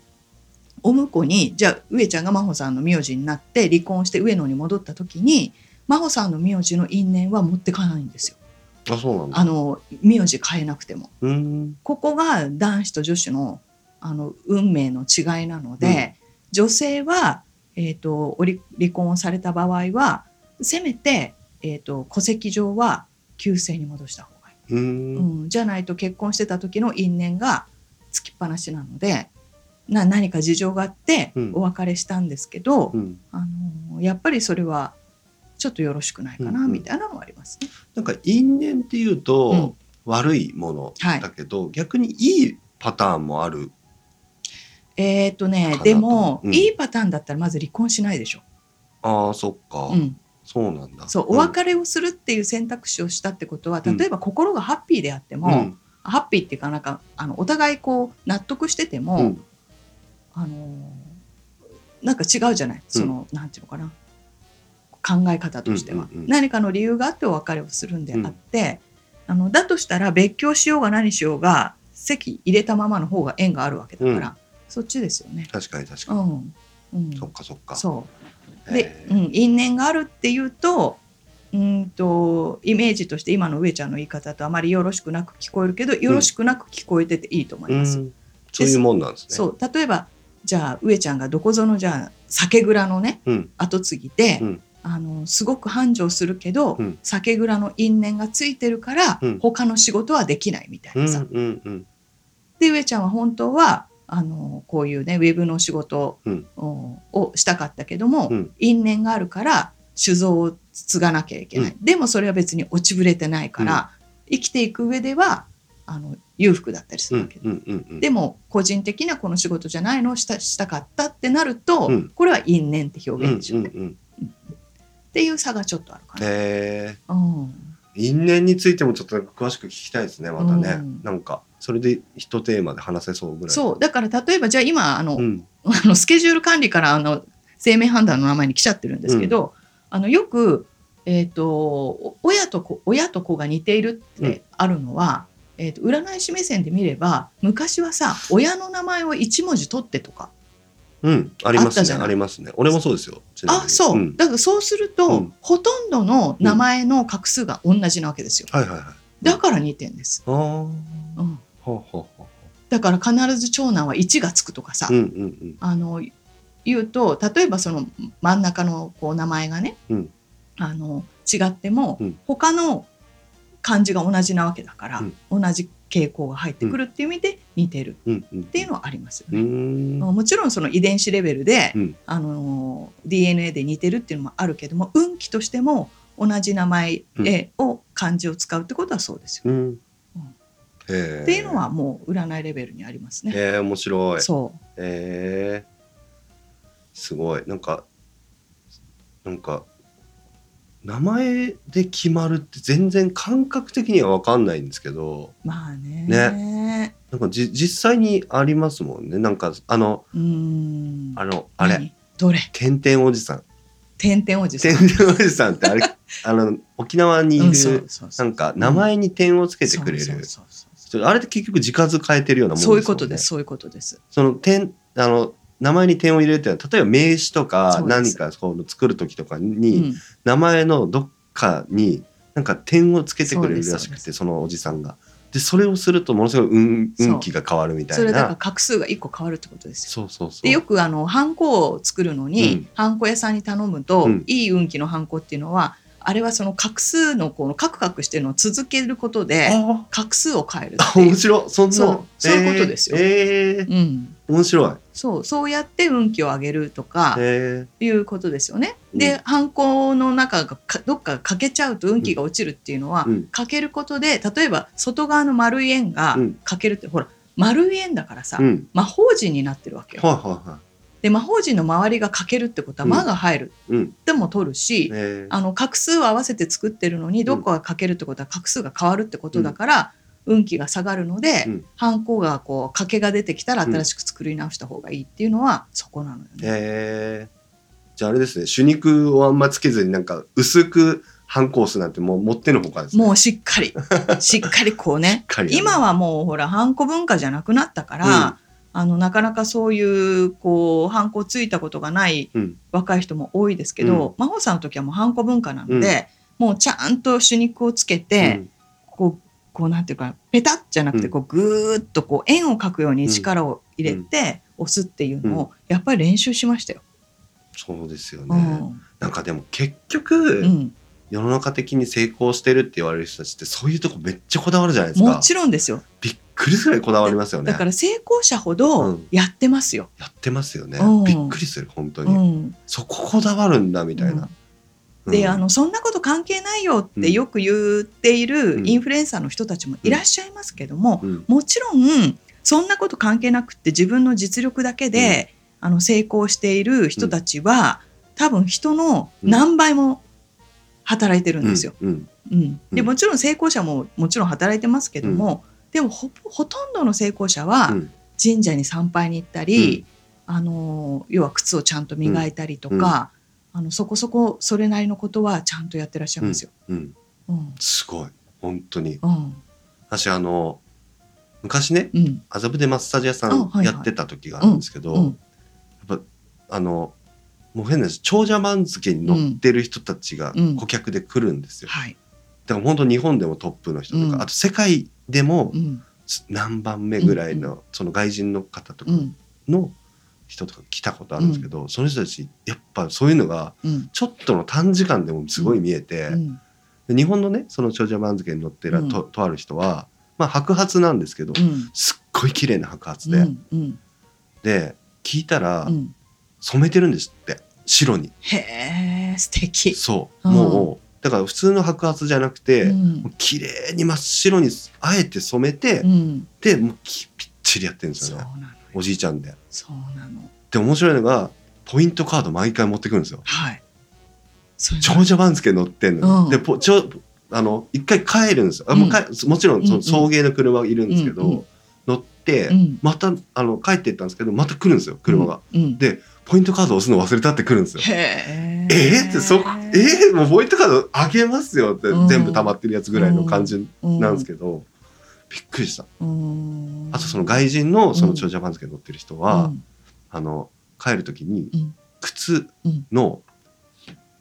S1: お婿にじゃあ上ちゃんが真帆さんの名字になって離婚して上野に戻った時に真帆さんの名字の因縁は持ってかないんですよ
S2: あそうなんだ
S1: あの名字変えなくても。
S2: うーん
S1: ここが男子と女子のあの運命の違いなので、女性は、えー、とおり離婚をされた場合はせめて、えー、と戸籍上は旧姓に戻した方がいい、
S2: うー
S1: うんんじゃないと結婚してた時の因縁がつきっぱなしなのでな何か事情があって
S2: うん
S1: お別れしたんですけど、
S2: うん
S1: あのやっぱりそれはちょっとよろしくないか
S2: うん
S1: な
S2: うん
S1: みたいなのはありますね。
S2: なんか因縁っていうと、
S1: うん
S2: 悪いもの
S1: はい
S2: だけど、逆にいいパターンもある
S1: えっ、と
S2: かな
S1: ね
S2: と
S1: でも、
S2: うん
S1: いいパターンだったらまず離婚しないでしょ。
S2: あーそっか、
S1: うん
S2: そうなんだ
S1: そうお別れをするっていう選択肢をしたってことは
S2: うん
S1: 例えば心がハッピーであっても、
S2: うん
S1: ハッピーっていうかなんかあのお互いこう納得してても、
S2: うん
S1: あのーなんか違うじゃないその、なんていうのかな考え方としては、
S2: うんうんうん
S1: 何かの理由があってお別れをするんであって、あのだとしたら別居しようが何しようが席入れたままの方が縁があるわけだから、
S2: う
S1: そっちですよね。
S2: 確かに確
S1: う
S2: かに、
S1: んうん、
S2: そっかそっか
S1: そうで
S2: へ、
S1: うん、
S2: ー
S1: 因縁があるっていうとうんとイメージとして今の上ちゃんの言い方とあまりよろしくなく聞こえるけどよろしくなく聞こえてていいと思います。
S2: うんそういうもんなんですね
S1: そう例えばじゃあ上ちゃんがどこぞのじゃあ酒蔵のね、
S2: うん
S1: 跡継ぎで、
S2: うん
S1: あのすごく繁盛するけど、
S2: うん
S1: 酒蔵の因縁がついてるから、
S2: うん
S1: 他の仕事はできないみたいなさ。
S2: うんうん
S1: で上ちゃんは本当はあのこういうねウェブの仕事
S2: うん
S1: を,、したかったけども、
S2: うん
S1: 因縁があるから酒造を継がなきゃいけない、でもそれは別に落ちぶれてないから、生きていく上ではあの裕福だったりす
S2: うんう
S1: るわ
S2: ん
S1: けで,、
S2: うんうんうん
S1: でも個人的なこの仕事じゃないのをしたしたかったってなると、
S2: うん
S1: これは因縁って表現でしょ
S2: う
S1: うね、
S2: んうんうん
S1: っていう差がちょっとあるかな。
S2: へー
S1: うん
S2: 因縁についてもちょっとなんか詳しく聞きたいですねまたね、
S1: うん
S2: なんかそれで一テーマで話せそうぐらい
S1: そうだから例えばじゃあ今あの、
S2: ん
S1: あのスケジュール管理からあの生命判断の名前に来ちゃってるんですけど、あのよく、えー、とお親と子親と子が似ているっ
S2: うん
S1: てあるのは、えー、と占い師目線で見れば昔はさ親の名前を1文字取ってとか
S2: うんあり
S1: あ
S2: ま
S1: った
S2: す
S1: じ
S2: ね
S1: ゃ
S2: あ
S1: ない
S2: りますね俺もそうですよちなみに
S1: あそう、
S2: ん
S1: だからそうすると、
S2: うん
S1: ほとんどの名前の画数が同じなわけですよ
S2: はいはいはいあ
S1: だから似てんです、
S2: あー
S1: うん、
S2: ほうほうほう
S1: だから必ず長男は1がつくとかさ、
S2: うんうん
S1: あの言うと例えばその真ん中のこう名前がね、
S2: うん
S1: あの違っても、
S2: うん
S1: 他の漢字が同じなわけだから、同じ傾向が入ってくるっていう意味で似てるっ
S2: うんうん
S1: ていうのはありますよ
S2: う
S1: ね。
S2: ん
S1: まあもちろんその遺伝子レベルで、
S2: うん
S1: あの DNA で似てるっていうのもあるけども運気としても同じ名前でを漢字を使うってことはそうですよ。
S2: うんへー
S1: っていうのはもう占いレベルにありますね。
S2: へえ面白い
S1: そう
S2: へえすごいなんかなんか名前で決まるって全然感覚的には分かんないんですけど
S1: まあね
S2: なんかじ実際にありますもんねなんかあの
S1: うーん
S2: あのあれ
S1: 何どれ
S2: 「天天おじさん」
S1: 点々お
S2: 「
S1: じさん
S2: 天天おじさん」って あれあの沖縄にいる、
S1: うんそうそうそう
S2: なんか名前に点をつけてくれる、
S1: そうそうそうそ
S2: それあれって結局字数変えてるような
S1: う
S2: もん
S1: そういう
S2: も
S1: こ
S2: ん
S1: と
S2: ね
S1: ですそういうことです
S2: その点あの名前に点を入れるっていうのは例えば名詞とか
S1: そうで
S2: 何
S1: す
S2: かこの作る時とか
S1: う
S2: に、
S1: ん
S2: 名前のどっかになんか点をつけてくれる
S1: そう
S2: ら
S1: です
S2: し
S1: そうで
S2: く
S1: す
S2: てそのおじさんが。でそれをするとものすごい運
S1: そう
S2: 運気が変わるみた
S1: そ
S2: い
S1: れだから
S2: な。
S1: 画数が一個変わるってことですよ
S2: そうそうそう。
S1: でよくあのハンコを作るのに、
S2: うん
S1: ハンコ屋さんに頼むと、
S2: うん
S1: いい運気のハンコっていうのはあれはその画数のこのカクカクしてるのを続けることで
S2: あ
S1: 画数を変えるっ
S2: あ
S1: てい
S2: 面
S1: う、
S2: 白いそんな
S1: そうそういうことですよ
S2: えーえー
S1: うん、
S2: 面白い。
S1: そうそうやって運気を上げるとか
S2: え
S1: いうことですよね。
S2: うん
S1: で、ハンコの中がかどっかが欠けちゃうと運気が落ちるっていうのは、
S2: うん
S1: 欠けることで例えば外側の丸い円が
S2: うん
S1: 欠けるって、ほら丸い円だからさ、
S2: ー、うん
S1: 魔法陣になってるわけよ。
S2: はいはいは
S1: で魔法陣の周りが欠けるってことは
S2: うん
S1: 魔が入る
S2: い。うん
S1: でも取るし、
S2: えー
S1: あの画数を合わせて作ってるのにどこが欠けるってことは画数が変わるってことだから、運気が下がるので、
S2: うん
S1: ハンコがこう欠けが出てきたら新しく作り直した方がいいっていうのはそこなのよね。
S2: えーじゃああれですね主肉をあんまつけずになんか薄く反抗すなんてもう持ってのほかですね。
S1: も
S2: う
S1: うしっかりしっかりこう ね今
S2: は
S1: はもうほらハンコ文化じゃなくなったから、あのなかなかそういうこうハンコついたことがない
S2: うん
S1: 若い人も多いですけど、真帆さんの時はもうハンコ文化なので、もうちゃんと主肉をつけて、
S2: うん
S1: こうこうなんていうかペタッじゃなくて
S2: うん
S1: こうぐーっとこう円を描くように力を入れて押すっていうのをやっぱり練習しましたよ。
S2: そうですよ
S1: う
S2: ね。
S1: ん
S2: なんかでも結局、
S1: うん、
S2: 世の中的に成功してるって言われる人たちってそういうとこめっちゃこだわるじゃないです
S1: も
S2: か
S1: ちろんですよ
S2: びっくりするぐらいこだわりますよね
S1: だから成功者ほ
S2: う
S1: ど
S2: ん
S1: やってますよ。
S2: やってますよね
S1: うん
S2: びっくりする本当
S1: う
S2: に、
S1: ん
S2: そここだわるんだみたいな、
S1: うんで、
S2: うん
S1: あのそんなこと関係ないよっ
S2: う
S1: て
S2: ん
S1: よく言っている
S2: うん
S1: インフルエンサーの人たちもいらっしゃいますけども、
S2: うん
S1: もちろんそんなこと関係なくって自分の実力だけで、あの成功している人たちは、多分人の何倍も働いてるんですよ。
S2: うんうん
S1: うんで
S2: うん
S1: もちろん成功者ももちろん働いてますけども、でもほほとんどの成功者は
S2: うん
S1: 神社に参拝に行ったり、あの要は靴をちゃんと磨いたりとか、あのそこそこそれなりのことはちゃんとやってらっしゃいますよ。
S2: うん
S1: うん
S2: すごい本当に
S1: うん
S2: 私あの昔ね
S1: うん
S2: 麻布でマッサージ屋さ
S1: あはいは
S2: ん
S1: い
S2: やってた時があるんですけど、
S1: うん
S2: やっぱあのもう変な話長者番付に乗ってる人たちが
S1: うん
S2: 顧客で来るんですよ、
S1: はい
S2: だから本当日本でもトップの人とか、
S1: うん
S2: あと世界でも、
S1: うん
S2: 何番目ぐらいの、その外人の方とか
S1: うん
S2: の人とか来たことあるんですけど、その人たちやっぱそういうのが
S1: うん
S2: ちょっとの短時間でもすごい見えて
S1: う、ん
S2: で日本のねその長者番付に載ってる、
S1: うん
S2: ととある人は、まあ、白髪なんですけど、
S1: うん
S2: すっごい綺麗な白髪
S1: う
S2: で、
S1: んうん
S2: で聞いたら、
S1: うん
S2: 染めてるんですって白に
S1: へえ素敵。
S2: そう
S1: うん
S2: もうだから普通の白髪じゃなくて、
S1: うん
S2: もう綺麗に真っ白にあえて染めて、
S1: うん
S2: でもうきぴっちりやってるんです
S1: そう
S2: よ
S1: な
S2: ね
S1: のよ
S2: おじいちゃんで。
S1: そうなの
S2: で面白いのがポイントカード毎回持ってくるんですよ
S1: はい。そういうの
S2: 長者番付乗ってんの、
S1: うん
S2: でポちょあの一回帰るんですよあもうかもちろんそ
S1: うんう
S2: の
S1: ん
S2: 送迎の車いるんですけど、
S1: うんうん
S2: 乗って、
S1: うん
S2: またあの帰っていったんですけどまた来るんですよ車が、
S1: うん
S2: でポイントカード押すの忘れたって来るんですよ
S1: へ
S2: えー、ってそえー、もうポイントカードあげますよって、
S1: うん
S2: 全部溜まってるやつぐらいの感じ
S1: う
S2: なんですけど、びっくりした
S1: うん
S2: あとその外人のその長者番付乗ってる人は、
S1: うん
S2: あの帰る時に
S1: うん
S2: 靴の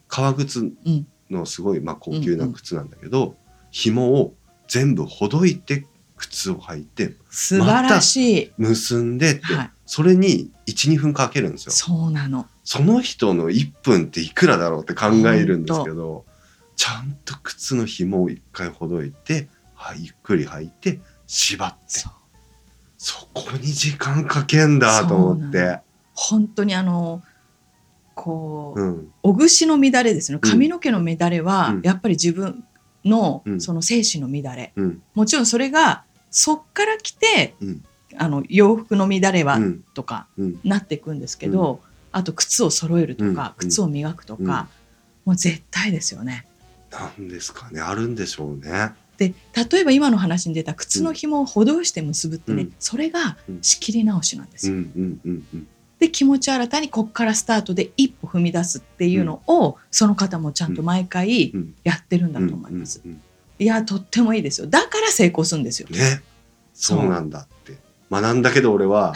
S2: 革靴のすごいまあ高級な靴なんだけど、紐を全部ほどいて靴を履いて
S1: 素晴らしい、
S2: 結んでって、
S1: はい
S2: それに12分かけるんですよ
S1: そうなの
S2: その人の1分っていくらだろうって考えるんですけどちゃんと靴の紐を一回ほどいて、はい、ゆっくり履いて縛って
S1: そう
S2: そこに時間かけんだと思っ
S1: そう
S2: て
S1: な本当にあのこう、
S2: うん
S1: おぐしの乱れですね髪の毛の乱れは、
S2: うん
S1: やっぱり自分の、
S2: うん
S1: その精神の乱れ
S2: うん
S1: もちろんそれがそっから来て
S2: うん
S1: あの洋服の乱れは
S2: うん
S1: とか
S2: うん
S1: なっていくんですけど、あと靴を揃えるとか、
S2: うん
S1: 靴を磨くとか、
S2: うん
S1: もう絶対ですよね。
S2: なんですかねあるんでしょうね
S1: で例えば今の話に出た靴の紐をほどして結ぶってね、
S2: うん
S1: それが
S2: うん
S1: 仕切り直しなんです
S2: うん
S1: よ。
S2: うんうんうん
S1: で気持ち新たにこっからスタートで一歩踏み出すっていうのを、その方もちゃんと毎回
S2: うん
S1: やってるんだ
S2: うん
S1: と思います。
S2: うんうん
S1: いやとってもいいですよだから成功するんですよ。
S2: ねそうなんだって学んだけど俺 は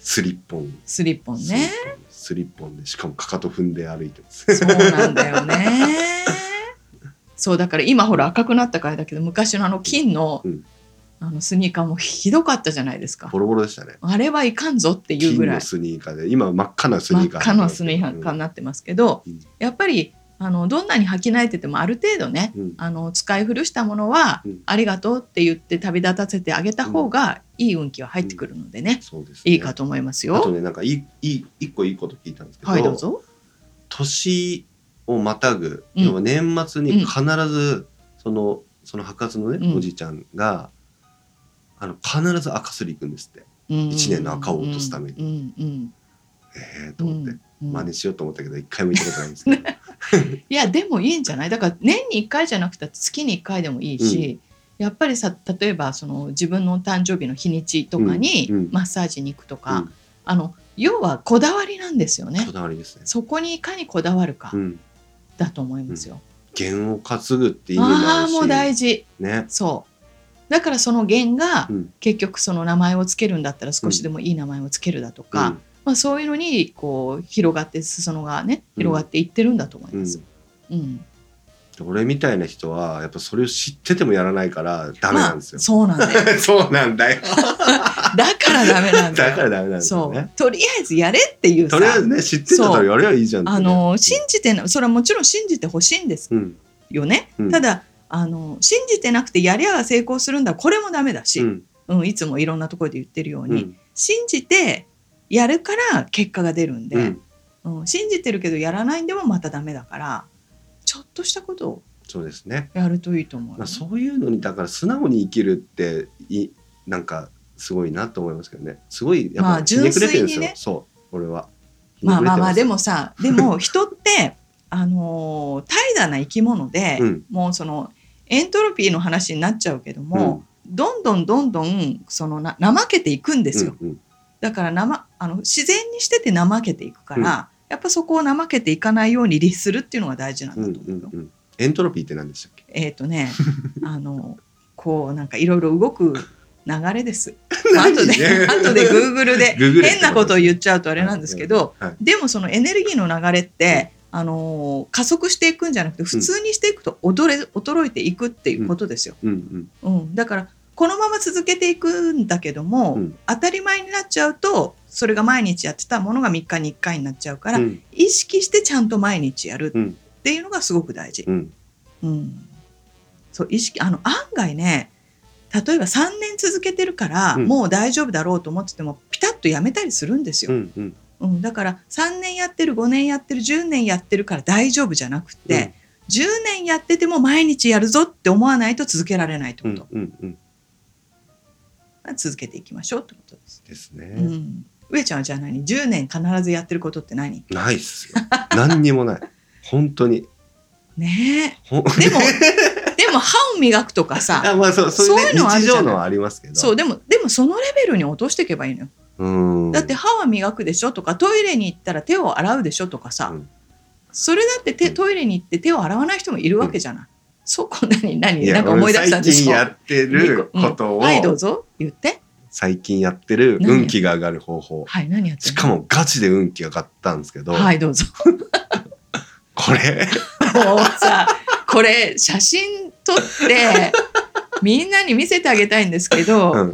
S2: スリッポン
S1: スリッポン
S2: スリッ
S1: ね。
S2: ポンスリッポンでしかもかかと踏んで歩いてます
S1: そうなんだよね。そうだから今ほら赤くなったからだけど昔のあの金の、
S2: うん
S1: あのスニーカーもひどかったじゃないですか
S2: ボ。ロボロでしたね
S1: あれはいかんぞっていう
S2: 金
S1: ぐら
S2: の
S1: い
S2: スニーカーで今真っ赤なス
S1: 真
S2: ニ
S1: っ
S2: ーカー
S1: 赤なスニーカーに
S2: ー
S1: なってますけど、
S2: うん
S1: やっぱりあのどんなに履き慣れててもある程度ね
S2: うん
S1: あの使い古したものは
S2: うん
S1: ありがとうって言って旅立たせてあげた方がいい運気は入ってくるのでね、
S2: そうです
S1: いいかと思います
S2: あと
S1: よ。
S2: ねなんかいいいい一個いいこと聞いたんですけど,、
S1: はいどうぞ。
S2: 年をまたぐ、
S1: うん
S2: 要は年末に必ずその、その白髪のね、
S1: うん
S2: おじいちゃんがあの必ず赤すり行くんですって一
S1: 一
S2: 年の赤を落とすため
S1: に。うんうん
S2: ええー、
S1: う
S2: と思っ
S1: ん
S2: て、
S1: うん
S2: 真似しようと思ったけど一回も行ったことないんですけど、
S1: いやでもいいんじゃないだから年に1回じゃなくて月に1回でもいいし、やっぱりさ例えばその自分のお誕生日の日にちとかに
S2: うんうん
S1: マッサージに行くとか、
S2: うん
S1: あの要はこだわりなんですよね
S2: こだわりですね、
S1: そこにいかにこだわるか
S2: うん、
S1: だと思いますよ。
S2: 弦を担ぐって意味も
S1: あ
S2: ある
S1: あ
S2: し
S1: もう大事
S2: ね
S1: そうだからその弦が
S2: うん
S1: 結局その名前をつけるんだったら少しでもいい名前をつけるだとか、
S2: うん
S1: まあ、そういうのにこう広がって裾野がね広がっていってるんだと思います。うん
S2: 俺みたいな人はやっぱそれを知っててもやらないからダメなんです
S1: ま
S2: よ、
S1: あ、そうなんだよ
S2: そうなんだよ
S1: だからダメなんだよ。
S2: だからダメなんです
S1: そ
S2: よ
S1: う
S2: ね。
S1: とりあえずやれっていうさ
S2: とりあえずね知ってんだったらやればいいじゃんってね
S1: あの信じてなそれはもちろん信じてほしいんです
S2: うん
S1: よね、
S2: うん
S1: ただあの信じてなくてやりゃ成功するんだこれもダメだし、
S2: う
S1: うん
S2: ん
S1: いつもいろんなところで言ってるよう
S2: う
S1: に、
S2: ん
S1: 信じてやるから結果が出るんで、
S2: う
S1: うんん信じてるけどやらないんでもまたダメだからちょっとしたことを
S2: そうですね、
S1: やるといいと思う
S2: ま
S1: よ。
S2: あ、そういうのにだから素直に生きるっていなんかすごいなと思いますけどねすごいやっ
S1: まあ
S2: ぱひねくれてるんです
S1: 純粋に
S2: よ、
S1: ね
S2: そう俺は
S1: まあまあまあで
S2: も
S1: もさで も人ってあのー怠惰な生き物で、
S2: うん
S1: もうそのエントロピーの話になっちゃうけども、どんどんどんどんそのな怠けていくんですよ、
S2: うん
S1: だからなまあの自然にしてて怠けていくから、やっぱそこを怠けていかないように律するっていうのが大事なん
S2: うん
S1: だ
S2: うん
S1: と思うよ。
S2: うんうんエントロピーって何でしたっけ
S1: えっ、と ねあのこうなんかいろいろ動く流れ です。まあ後で後で Google で
S2: Google
S1: 変なことを言っちゃうとあれなんですけど、、
S2: はい
S1: でもそのエネルギーの流れって、あのー加速していくんじゃなくて普通にしていくと衰れ衰えていくっていうことですよ。
S2: うんうん
S1: うんだからこのまま続けていくんだけども、
S2: うん
S1: 当たり前になっちゃうとそれが毎日やってたものが3日に1回になっちゃうから、
S2: うん
S1: 意識してちゃんと毎日やる
S2: うん
S1: っていうのがすごく大事。
S2: うん
S1: うん、そう意識あの案外ね例えば3年続けてるから、
S2: うん
S1: もう大丈夫だろうと思っててもピタッとやめたりするんですよ
S2: う。んうん
S1: うん、だから3年やってる5年やってる10年やってるから大丈夫じゃなくて、10年やってても毎日やるぞって思わないと続けられないって
S2: う
S1: こ
S2: ん
S1: と、
S2: うんうん
S1: 続けていきましょうってことです。
S2: ですね、
S1: うん、上ちゃんはじゃあ何10年必ずやってることって何
S2: ないっすよ何にもない本当に
S1: ね
S2: ほん
S1: えでもでも歯を磨くとかさ
S2: あまあそうそういう,、ね、
S1: そういうのはある
S2: 日
S1: じゃな
S2: 常
S1: い
S2: のはありますけど
S1: そうでもでもそのレベルに落としていけばいいのよ。
S2: うん
S1: だって歯は磨くでしょとかトイレに行ったら手を洗うでしょとかさ、
S2: うん
S1: それだって手
S2: うん
S1: トイレに行って手を洗わない人もいるわけじゃない、そこ何何
S2: いや
S1: なんか思い出したんで
S2: 俺最
S1: し
S2: 近
S1: ょ
S2: やってることを、
S1: はいどうぞ言って
S2: 最近やってる運気が上がる方法
S1: はい何やって
S2: し
S1: る
S2: かもガチで運気上がったんですけど、
S1: はいどうぞ
S2: これ
S1: もうさこれ写真撮 ってみんなに見せてあげたいんですけど、
S2: うん
S1: あ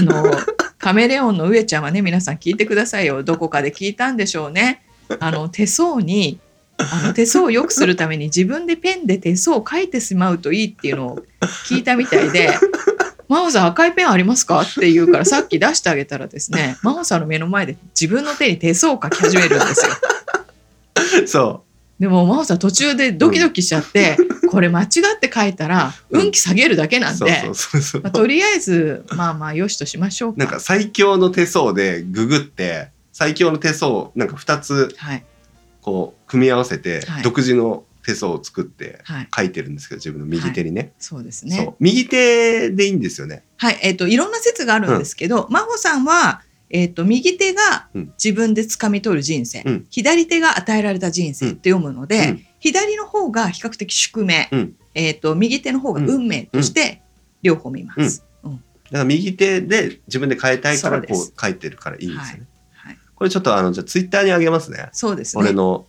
S1: のカメレオンの上ちゃんはね皆さん聞いてくださいよどこかで聞いたんでしょうねあの手相にあの手相を良くするために自分でペンで手相を書いてしまうといいっていうのを聞いたみたいで「真帆さん赤いペンありますか?」って言うからさっき出してあげたらですね真帆さんの目の前で自分の手に手相を書き始めるんですよ。
S2: そ
S1: でも真帆さん途中でドキドキしちゃって、これ間違って書いたら運気下げるだけ
S2: う。
S1: なんで。
S2: そうそうそうそう
S1: まあ、とりあえずまあまあよしとしましょうか。
S2: なんか最強の手相でググって最強の手相をなんか2つ
S1: はい
S2: こう組み合わせて
S1: はい
S2: 独自の手相を作って
S1: はい
S2: 書いてるんですけど自分の右手にね,、
S1: そうです
S2: そ
S1: ね
S2: う。右手でいいんですよね。
S1: はいえっ、といろんな説があるんですけど、真帆さんはえっ、と右手が
S2: うん
S1: 自分で掴み取る人生、
S2: うん
S1: 左手が与えられた人生って読むので、
S2: うん
S1: 左の方が比較的宿命、
S2: うん
S1: えっ、と右手の方が運命として両方見ます。
S2: だから右手で自分で変えたいからこ
S1: そうで
S2: う書いてるからいいんですよね。
S1: はい、
S2: これちょっとあのじゃあツイッターにあげますね。
S1: そうですね。
S2: 俺の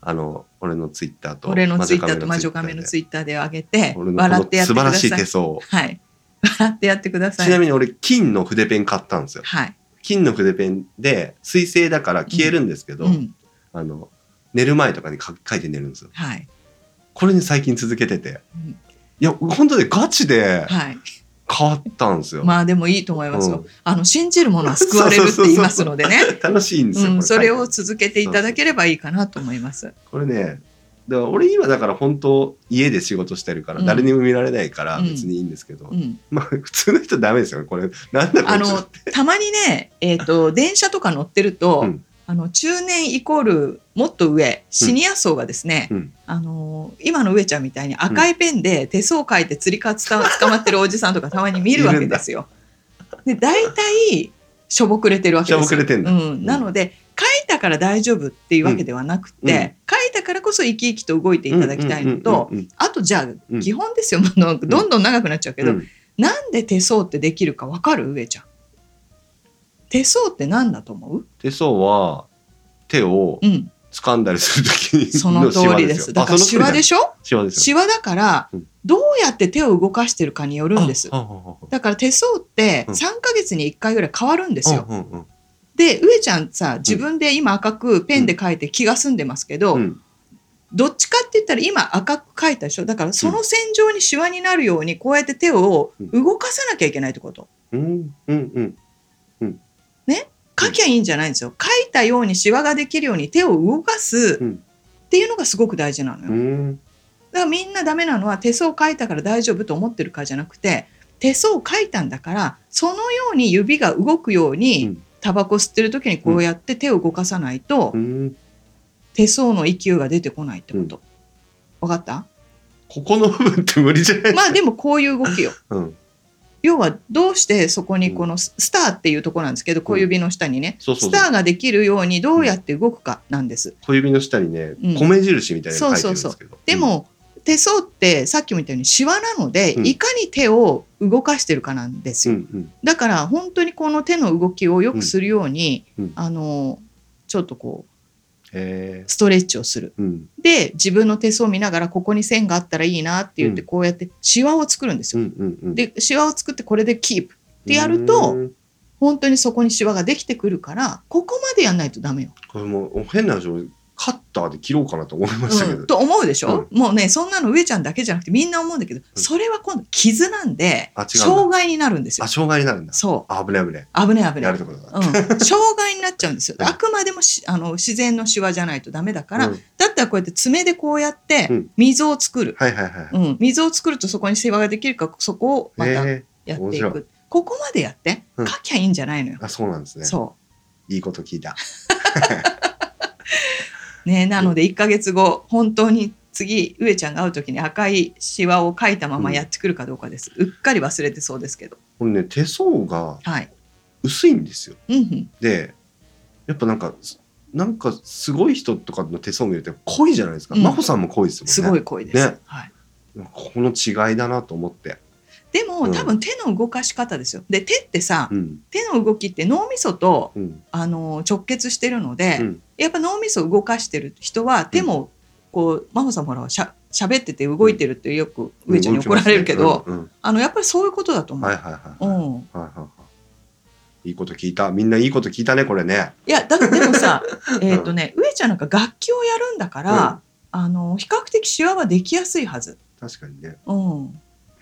S2: あの俺のツイッターと
S1: 俺のツイッターと魔女
S2: カメ
S1: 亀のツ
S2: イッ
S1: イッターで上げて
S2: 俺の
S1: 笑ってやって
S2: 素
S1: く
S2: 晴
S1: だ
S2: らしい
S1: さ
S2: 手
S1: い。
S2: 相を
S1: はい。笑ってやってください。
S2: ちなみに俺金の筆ペン買ったんですよ。
S1: はい。
S2: 金の筆ペンで水性だから消えるんですけど、
S1: うん。
S2: あの寝る前とかに書書いて寝るんですよ
S1: はい。
S2: これに最近続けてて、
S1: うん
S2: いや本当でガチで
S1: はい。
S2: 変わったんですよ、
S1: まあでもいいと思いますよ。
S2: うん
S1: あの信じるものは救われるって言いますのでね。
S2: 楽しいんですよ、
S1: う
S2: こ
S1: ん、
S2: れ
S1: それを
S2: 書いて
S1: 続けていただければいいかなと思います。
S2: これねだから俺今だから本当家で仕事してるから
S1: うん
S2: 誰にも見られないから
S1: うん
S2: 別にいいんですけど、
S1: うん、
S2: まあ普通の人ダメですよねこれなんだこ
S1: あ
S2: いつ
S1: のたまにね、えっ、と電車とか乗ってると、
S2: うん
S1: あの中年イコールもっと上シニア層がですね、
S2: うん
S1: あの今の上ちゃんみたいに赤いペンで手相を書いて釣りかつた 捕まってるおじさんとかたまに見るわけです よ。で大体しょぼくれてるわけですよ。
S2: しょぼくれてんだ
S1: うん、なので書いたから大丈夫っていうわけではなくて、
S2: うんうん
S1: 書いたからこそ生き生きと動いていただきたいのと、
S2: うんうん
S1: あとじゃ
S2: う
S1: あ
S2: ん
S1: 基本ですよ、 あのどんどん長くなっちゃうけ
S2: うんう
S1: ど、
S2: んうん
S1: なんで手相ってできるかわかる上ちゃん。手相って何だと思う？
S2: 手相は手を
S1: うん、
S2: 掴んだりするときに
S1: その通りです。だからシワで
S2: し
S1: しょ？
S2: ょシワですよ
S1: シワだから
S2: うん
S1: どうやって手を動かしてるかによるんです。
S2: あああああ
S1: だから手相って
S2: うん
S1: 3ヶ月に1回ぐらい変わるんですよ。
S2: うんうん
S1: で上ちゃんさ自分で今赤くペンで書いて気が済んでますけど、
S2: うんうん
S1: どっちかって言ったら今赤く書いたでしょだからその線上にシワになるようにこうやって手を動かさなきゃいけないってこと
S2: うんうんうん
S1: 書きゃいいんじゃないんですよ書いたようにシワができるように手を動かす
S2: うん
S1: っていうのがすごく大事なのよ
S2: う。ん
S1: だからみんなダメなのは手相書いたから大丈夫と思ってるかじゃなくて手相書いたんだからそのように指が動くように、
S2: うん
S1: タバコ吸ってる時にこうやって手を動かさないと、
S2: うん
S1: 手相の勢いが出てこないってこと、分かった
S2: ここの部分って無理じゃないですか
S1: まあでもこういう動 きよ
S2: うん、
S1: 要はどうしてそこにこのススターっていうところなんですけど小指の下にね、
S2: そうそ
S1: ス
S2: うそう
S1: ターができるようにどうやって動くかなんです、
S2: 小指の下にね、
S1: うん
S2: 米印みたいなのが書いてるんですけど
S1: でも、手相ってさっきも言ったようにシワなので、
S2: うん
S1: いかに手を動かしてるかなんです
S2: うん
S1: よ、
S2: うん
S1: だから本当にこの手の動きを良くするように、
S2: うんうん
S1: あのちょっとこう
S2: へえ
S1: ストレッチをする
S2: うん
S1: で自分の手相を見ながらここに線があったらいいなって言って
S2: う
S1: こうやってシワを作るんです
S2: う
S1: よ。
S2: んうんうん
S1: でシワを作ってこれでキープてやると
S2: うん
S1: 本当にそこにシワができてくるからここまでやんないとダメよ。
S2: これもう変な話俺カッターで切ろうかなと思いましたけど、
S1: うん、 と思うでしょ、もうねそんなの上ちゃんだけじゃなくてみんな思うんだけど、それは今度傷なんで
S2: あ違うんだ
S1: 障害になるんですよ
S2: あ。障害になるんだ
S1: そ
S2: あ危ない危ないう
S1: 危ない危な
S2: や
S1: い
S2: る。ところだ
S1: うん、 障害になっちゃうんですよ。あくまでもしあの自然のシワじゃないとダメだから、
S2: うん
S1: だったらこうやって爪でこうやって
S2: うん
S1: 溝を作る、
S2: はいはいはい、
S1: うん、溝を作るとそこにシワができるからそこをまた
S2: へえ
S1: やってい
S2: 面白
S1: く。ここまでやって、
S2: うん
S1: 書きゃいいんじゃないのよ。
S2: あそうなんですね
S1: そ
S2: いいこと聞いた
S1: う。ね、なので1ヶ月後、本当に次、上ちゃんが会う時に赤いシワを書いたままやってくるかどうかです。うっかり忘れてそうですけど。
S2: これね手相が
S1: はい。
S2: 薄いんですよ
S1: うんうん。
S2: でやっぱなんかなんかすごい人とかの手相見ると濃いじゃないですか、
S1: うん
S2: 真帆さんも濃いですもんね
S1: すごい濃いです。
S2: ね
S1: はい。
S2: ここの違いだなと思って、
S1: でも、
S2: うん
S1: 多分手の動かし方ですよ。で、手ってさ、
S2: うん
S1: 手の動きって脳みそと、
S2: うん
S1: あの直結してるので、
S2: うん
S1: やっぱ脳みそを動かしてる人は手も、こう、真帆さんもほら、しゃ喋ってて動いてるってよく上ちゃんに怒られるけど、
S2: うんうん
S1: あのやっぱりそういうことだと思う。
S2: はいはいはい、
S1: うん、
S2: はいはいはいいこと聞いた。みんないいこと聞いたね、これね。
S1: いやだってでも さえっとね上ちゃんなんか楽器をやるんだから、あの比較的シワはできやすいはず。
S2: 確かにね。
S1: うん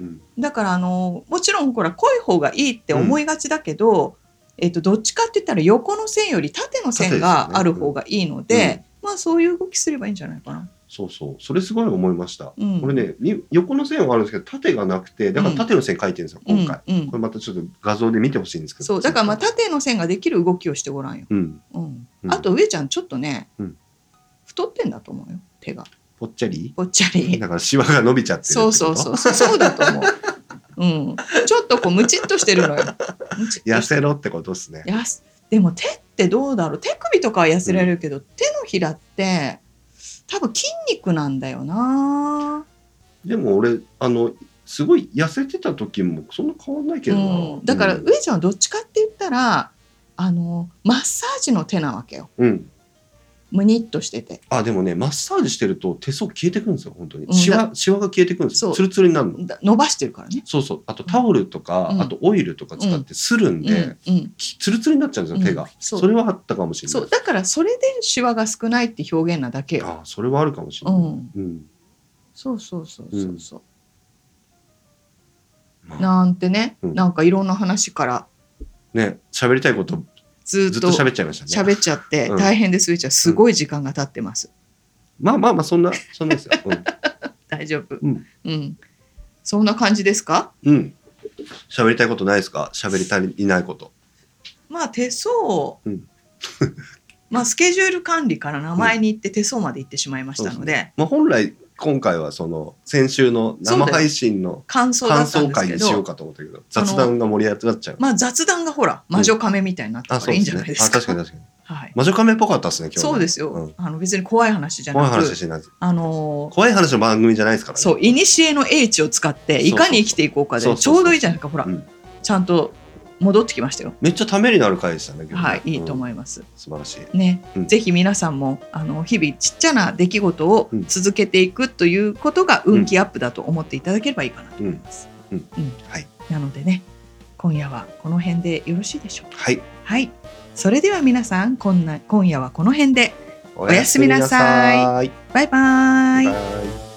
S2: うん
S1: だからあのもちろんほら濃い方がいいって思いがちだけど、えっとどっちかって言ったら横の線より縦の線
S2: 縦ですよ
S1: が
S2: ね
S1: ある方がいいのでまあそういう動きすればいいんじゃないかな。
S2: そうそう。それすごい思いました。
S1: うん、
S2: これね、に横の線はあるんですけど、縦がなくて、だから縦の線書いてるんですよ、今回。
S1: うんうん
S2: これまたちょっと画像で見てほしいんですけど。
S1: そうだからまあ縦の線ができる動きをしてごらんよ。
S2: うん。
S1: うん
S2: うん
S1: あと上ちゃんちょっとね、
S2: うん
S1: 太ってんだと思うよ手が
S2: ぽっちゃり
S1: ぽっちゃり。
S2: だからシワが伸びちゃってるって
S1: そうそう
S2: う。
S1: そうそうそうだと思う。うん、ちょっとこうムチっとしてるの よ。ムチッとして
S2: 痩せろってことですね。
S1: やすでも手ってどうだろう手首とかは痩せられるけど、手のひらって多分筋肉なんだよな、
S2: でも俺、あの、すごい痩せてた時もそんな変わんないけ
S1: う
S2: どな。
S1: ん、だから
S2: うん
S1: 上ちゃんはどっちかって言ったらあのマッサージの手なわけよ
S2: うん。
S1: むにっとしてて
S2: あ、でもね、マッサージしてると手相消えてくんですよ、本当
S1: うん
S2: に。シワ、シワが消えてくんです
S1: そ
S2: よ。
S1: う
S2: ツルツルになるの。
S1: だ伸ばしてるからね。
S2: そうそう。あとタオルとか、
S1: うん
S2: あとオイルとか使ってするん
S1: う
S2: で、
S1: んうん、
S2: きツルツルになっちゃうんですよ、手
S1: うん
S2: が。
S1: そう
S2: それはあったかもしれない。
S1: そうだからそれでシワが少ないって表現なだけよ。
S2: ああ、それはあるかもし
S1: う
S2: れない。
S1: ん、
S2: うん。
S1: そうそうそうそうそう。
S2: まあ
S1: なんてね、
S2: うん
S1: なんかいろんな話から
S2: ね、喋りたいこと
S1: ず
S2: ず
S1: っ
S2: っと
S1: と
S2: 喋っちゃいましたね。
S1: 喋っちゃって
S2: うん
S1: 大変です、上ちゃんすごい時間が経ってます。
S2: まあまあまあ、そんな、そんなで すよ。
S1: 大丈夫。
S2: うん。
S1: うん。そんな感じですか。
S2: うん。うん喋りたいことないですか喋り足りないこと。
S1: まあ手相。
S2: うん
S1: まあスケジュール管理から名前に行って手相まで行ってしまいましたので、
S2: まあ本来、今回はその、先週の生配信の
S1: 感想だ
S2: 感
S1: ったん
S2: 想
S1: です
S2: 会
S1: け
S2: にしよう
S1: ど、
S2: かと思ったけど、雑談が盛り上がっちゃう。
S1: まあ雑談がほら魔女亀みたいになったから
S2: あ、そう
S1: いいん
S2: で
S1: じゃ
S2: す
S1: な
S2: ね
S1: い。で
S2: あ、
S1: すか。
S2: 確かに確かに。
S1: はい。
S2: 魔女カメっぽかったですね、今日ね。
S1: そうですよ。
S2: うん
S1: あの別に怖い話じゃ
S2: 怖い
S1: なく、
S2: 話しないです。
S1: あのー
S2: 怖い話の番組じゃないですからね。
S1: そう古の英知を使っていかに生きていこうか
S2: そう
S1: で
S2: そう
S1: ち
S2: そう
S1: ょうどいいじゃないかほら、
S2: うん
S1: ちゃんと戻ってきましたよ。
S2: めっちゃためになる回でしたね、今日ね
S1: はい、いいと
S2: うん
S1: 思います。
S2: 素晴らしい。
S1: ね、
S2: うん
S1: ぜひ皆さんもあの日々ちっちゃな出来事を
S2: うん
S1: 続けていくということが運気アップだと思っていただければいいかなと思います。
S2: うん
S1: うん
S2: はい
S1: なのでね今夜はこの辺でよろしいでしょうか。
S2: はい。
S1: はい、それでは皆さんこんな今夜はこの辺で
S2: お
S1: やすみなさい
S2: やすみなさい。
S1: バイバーイ。
S2: バイ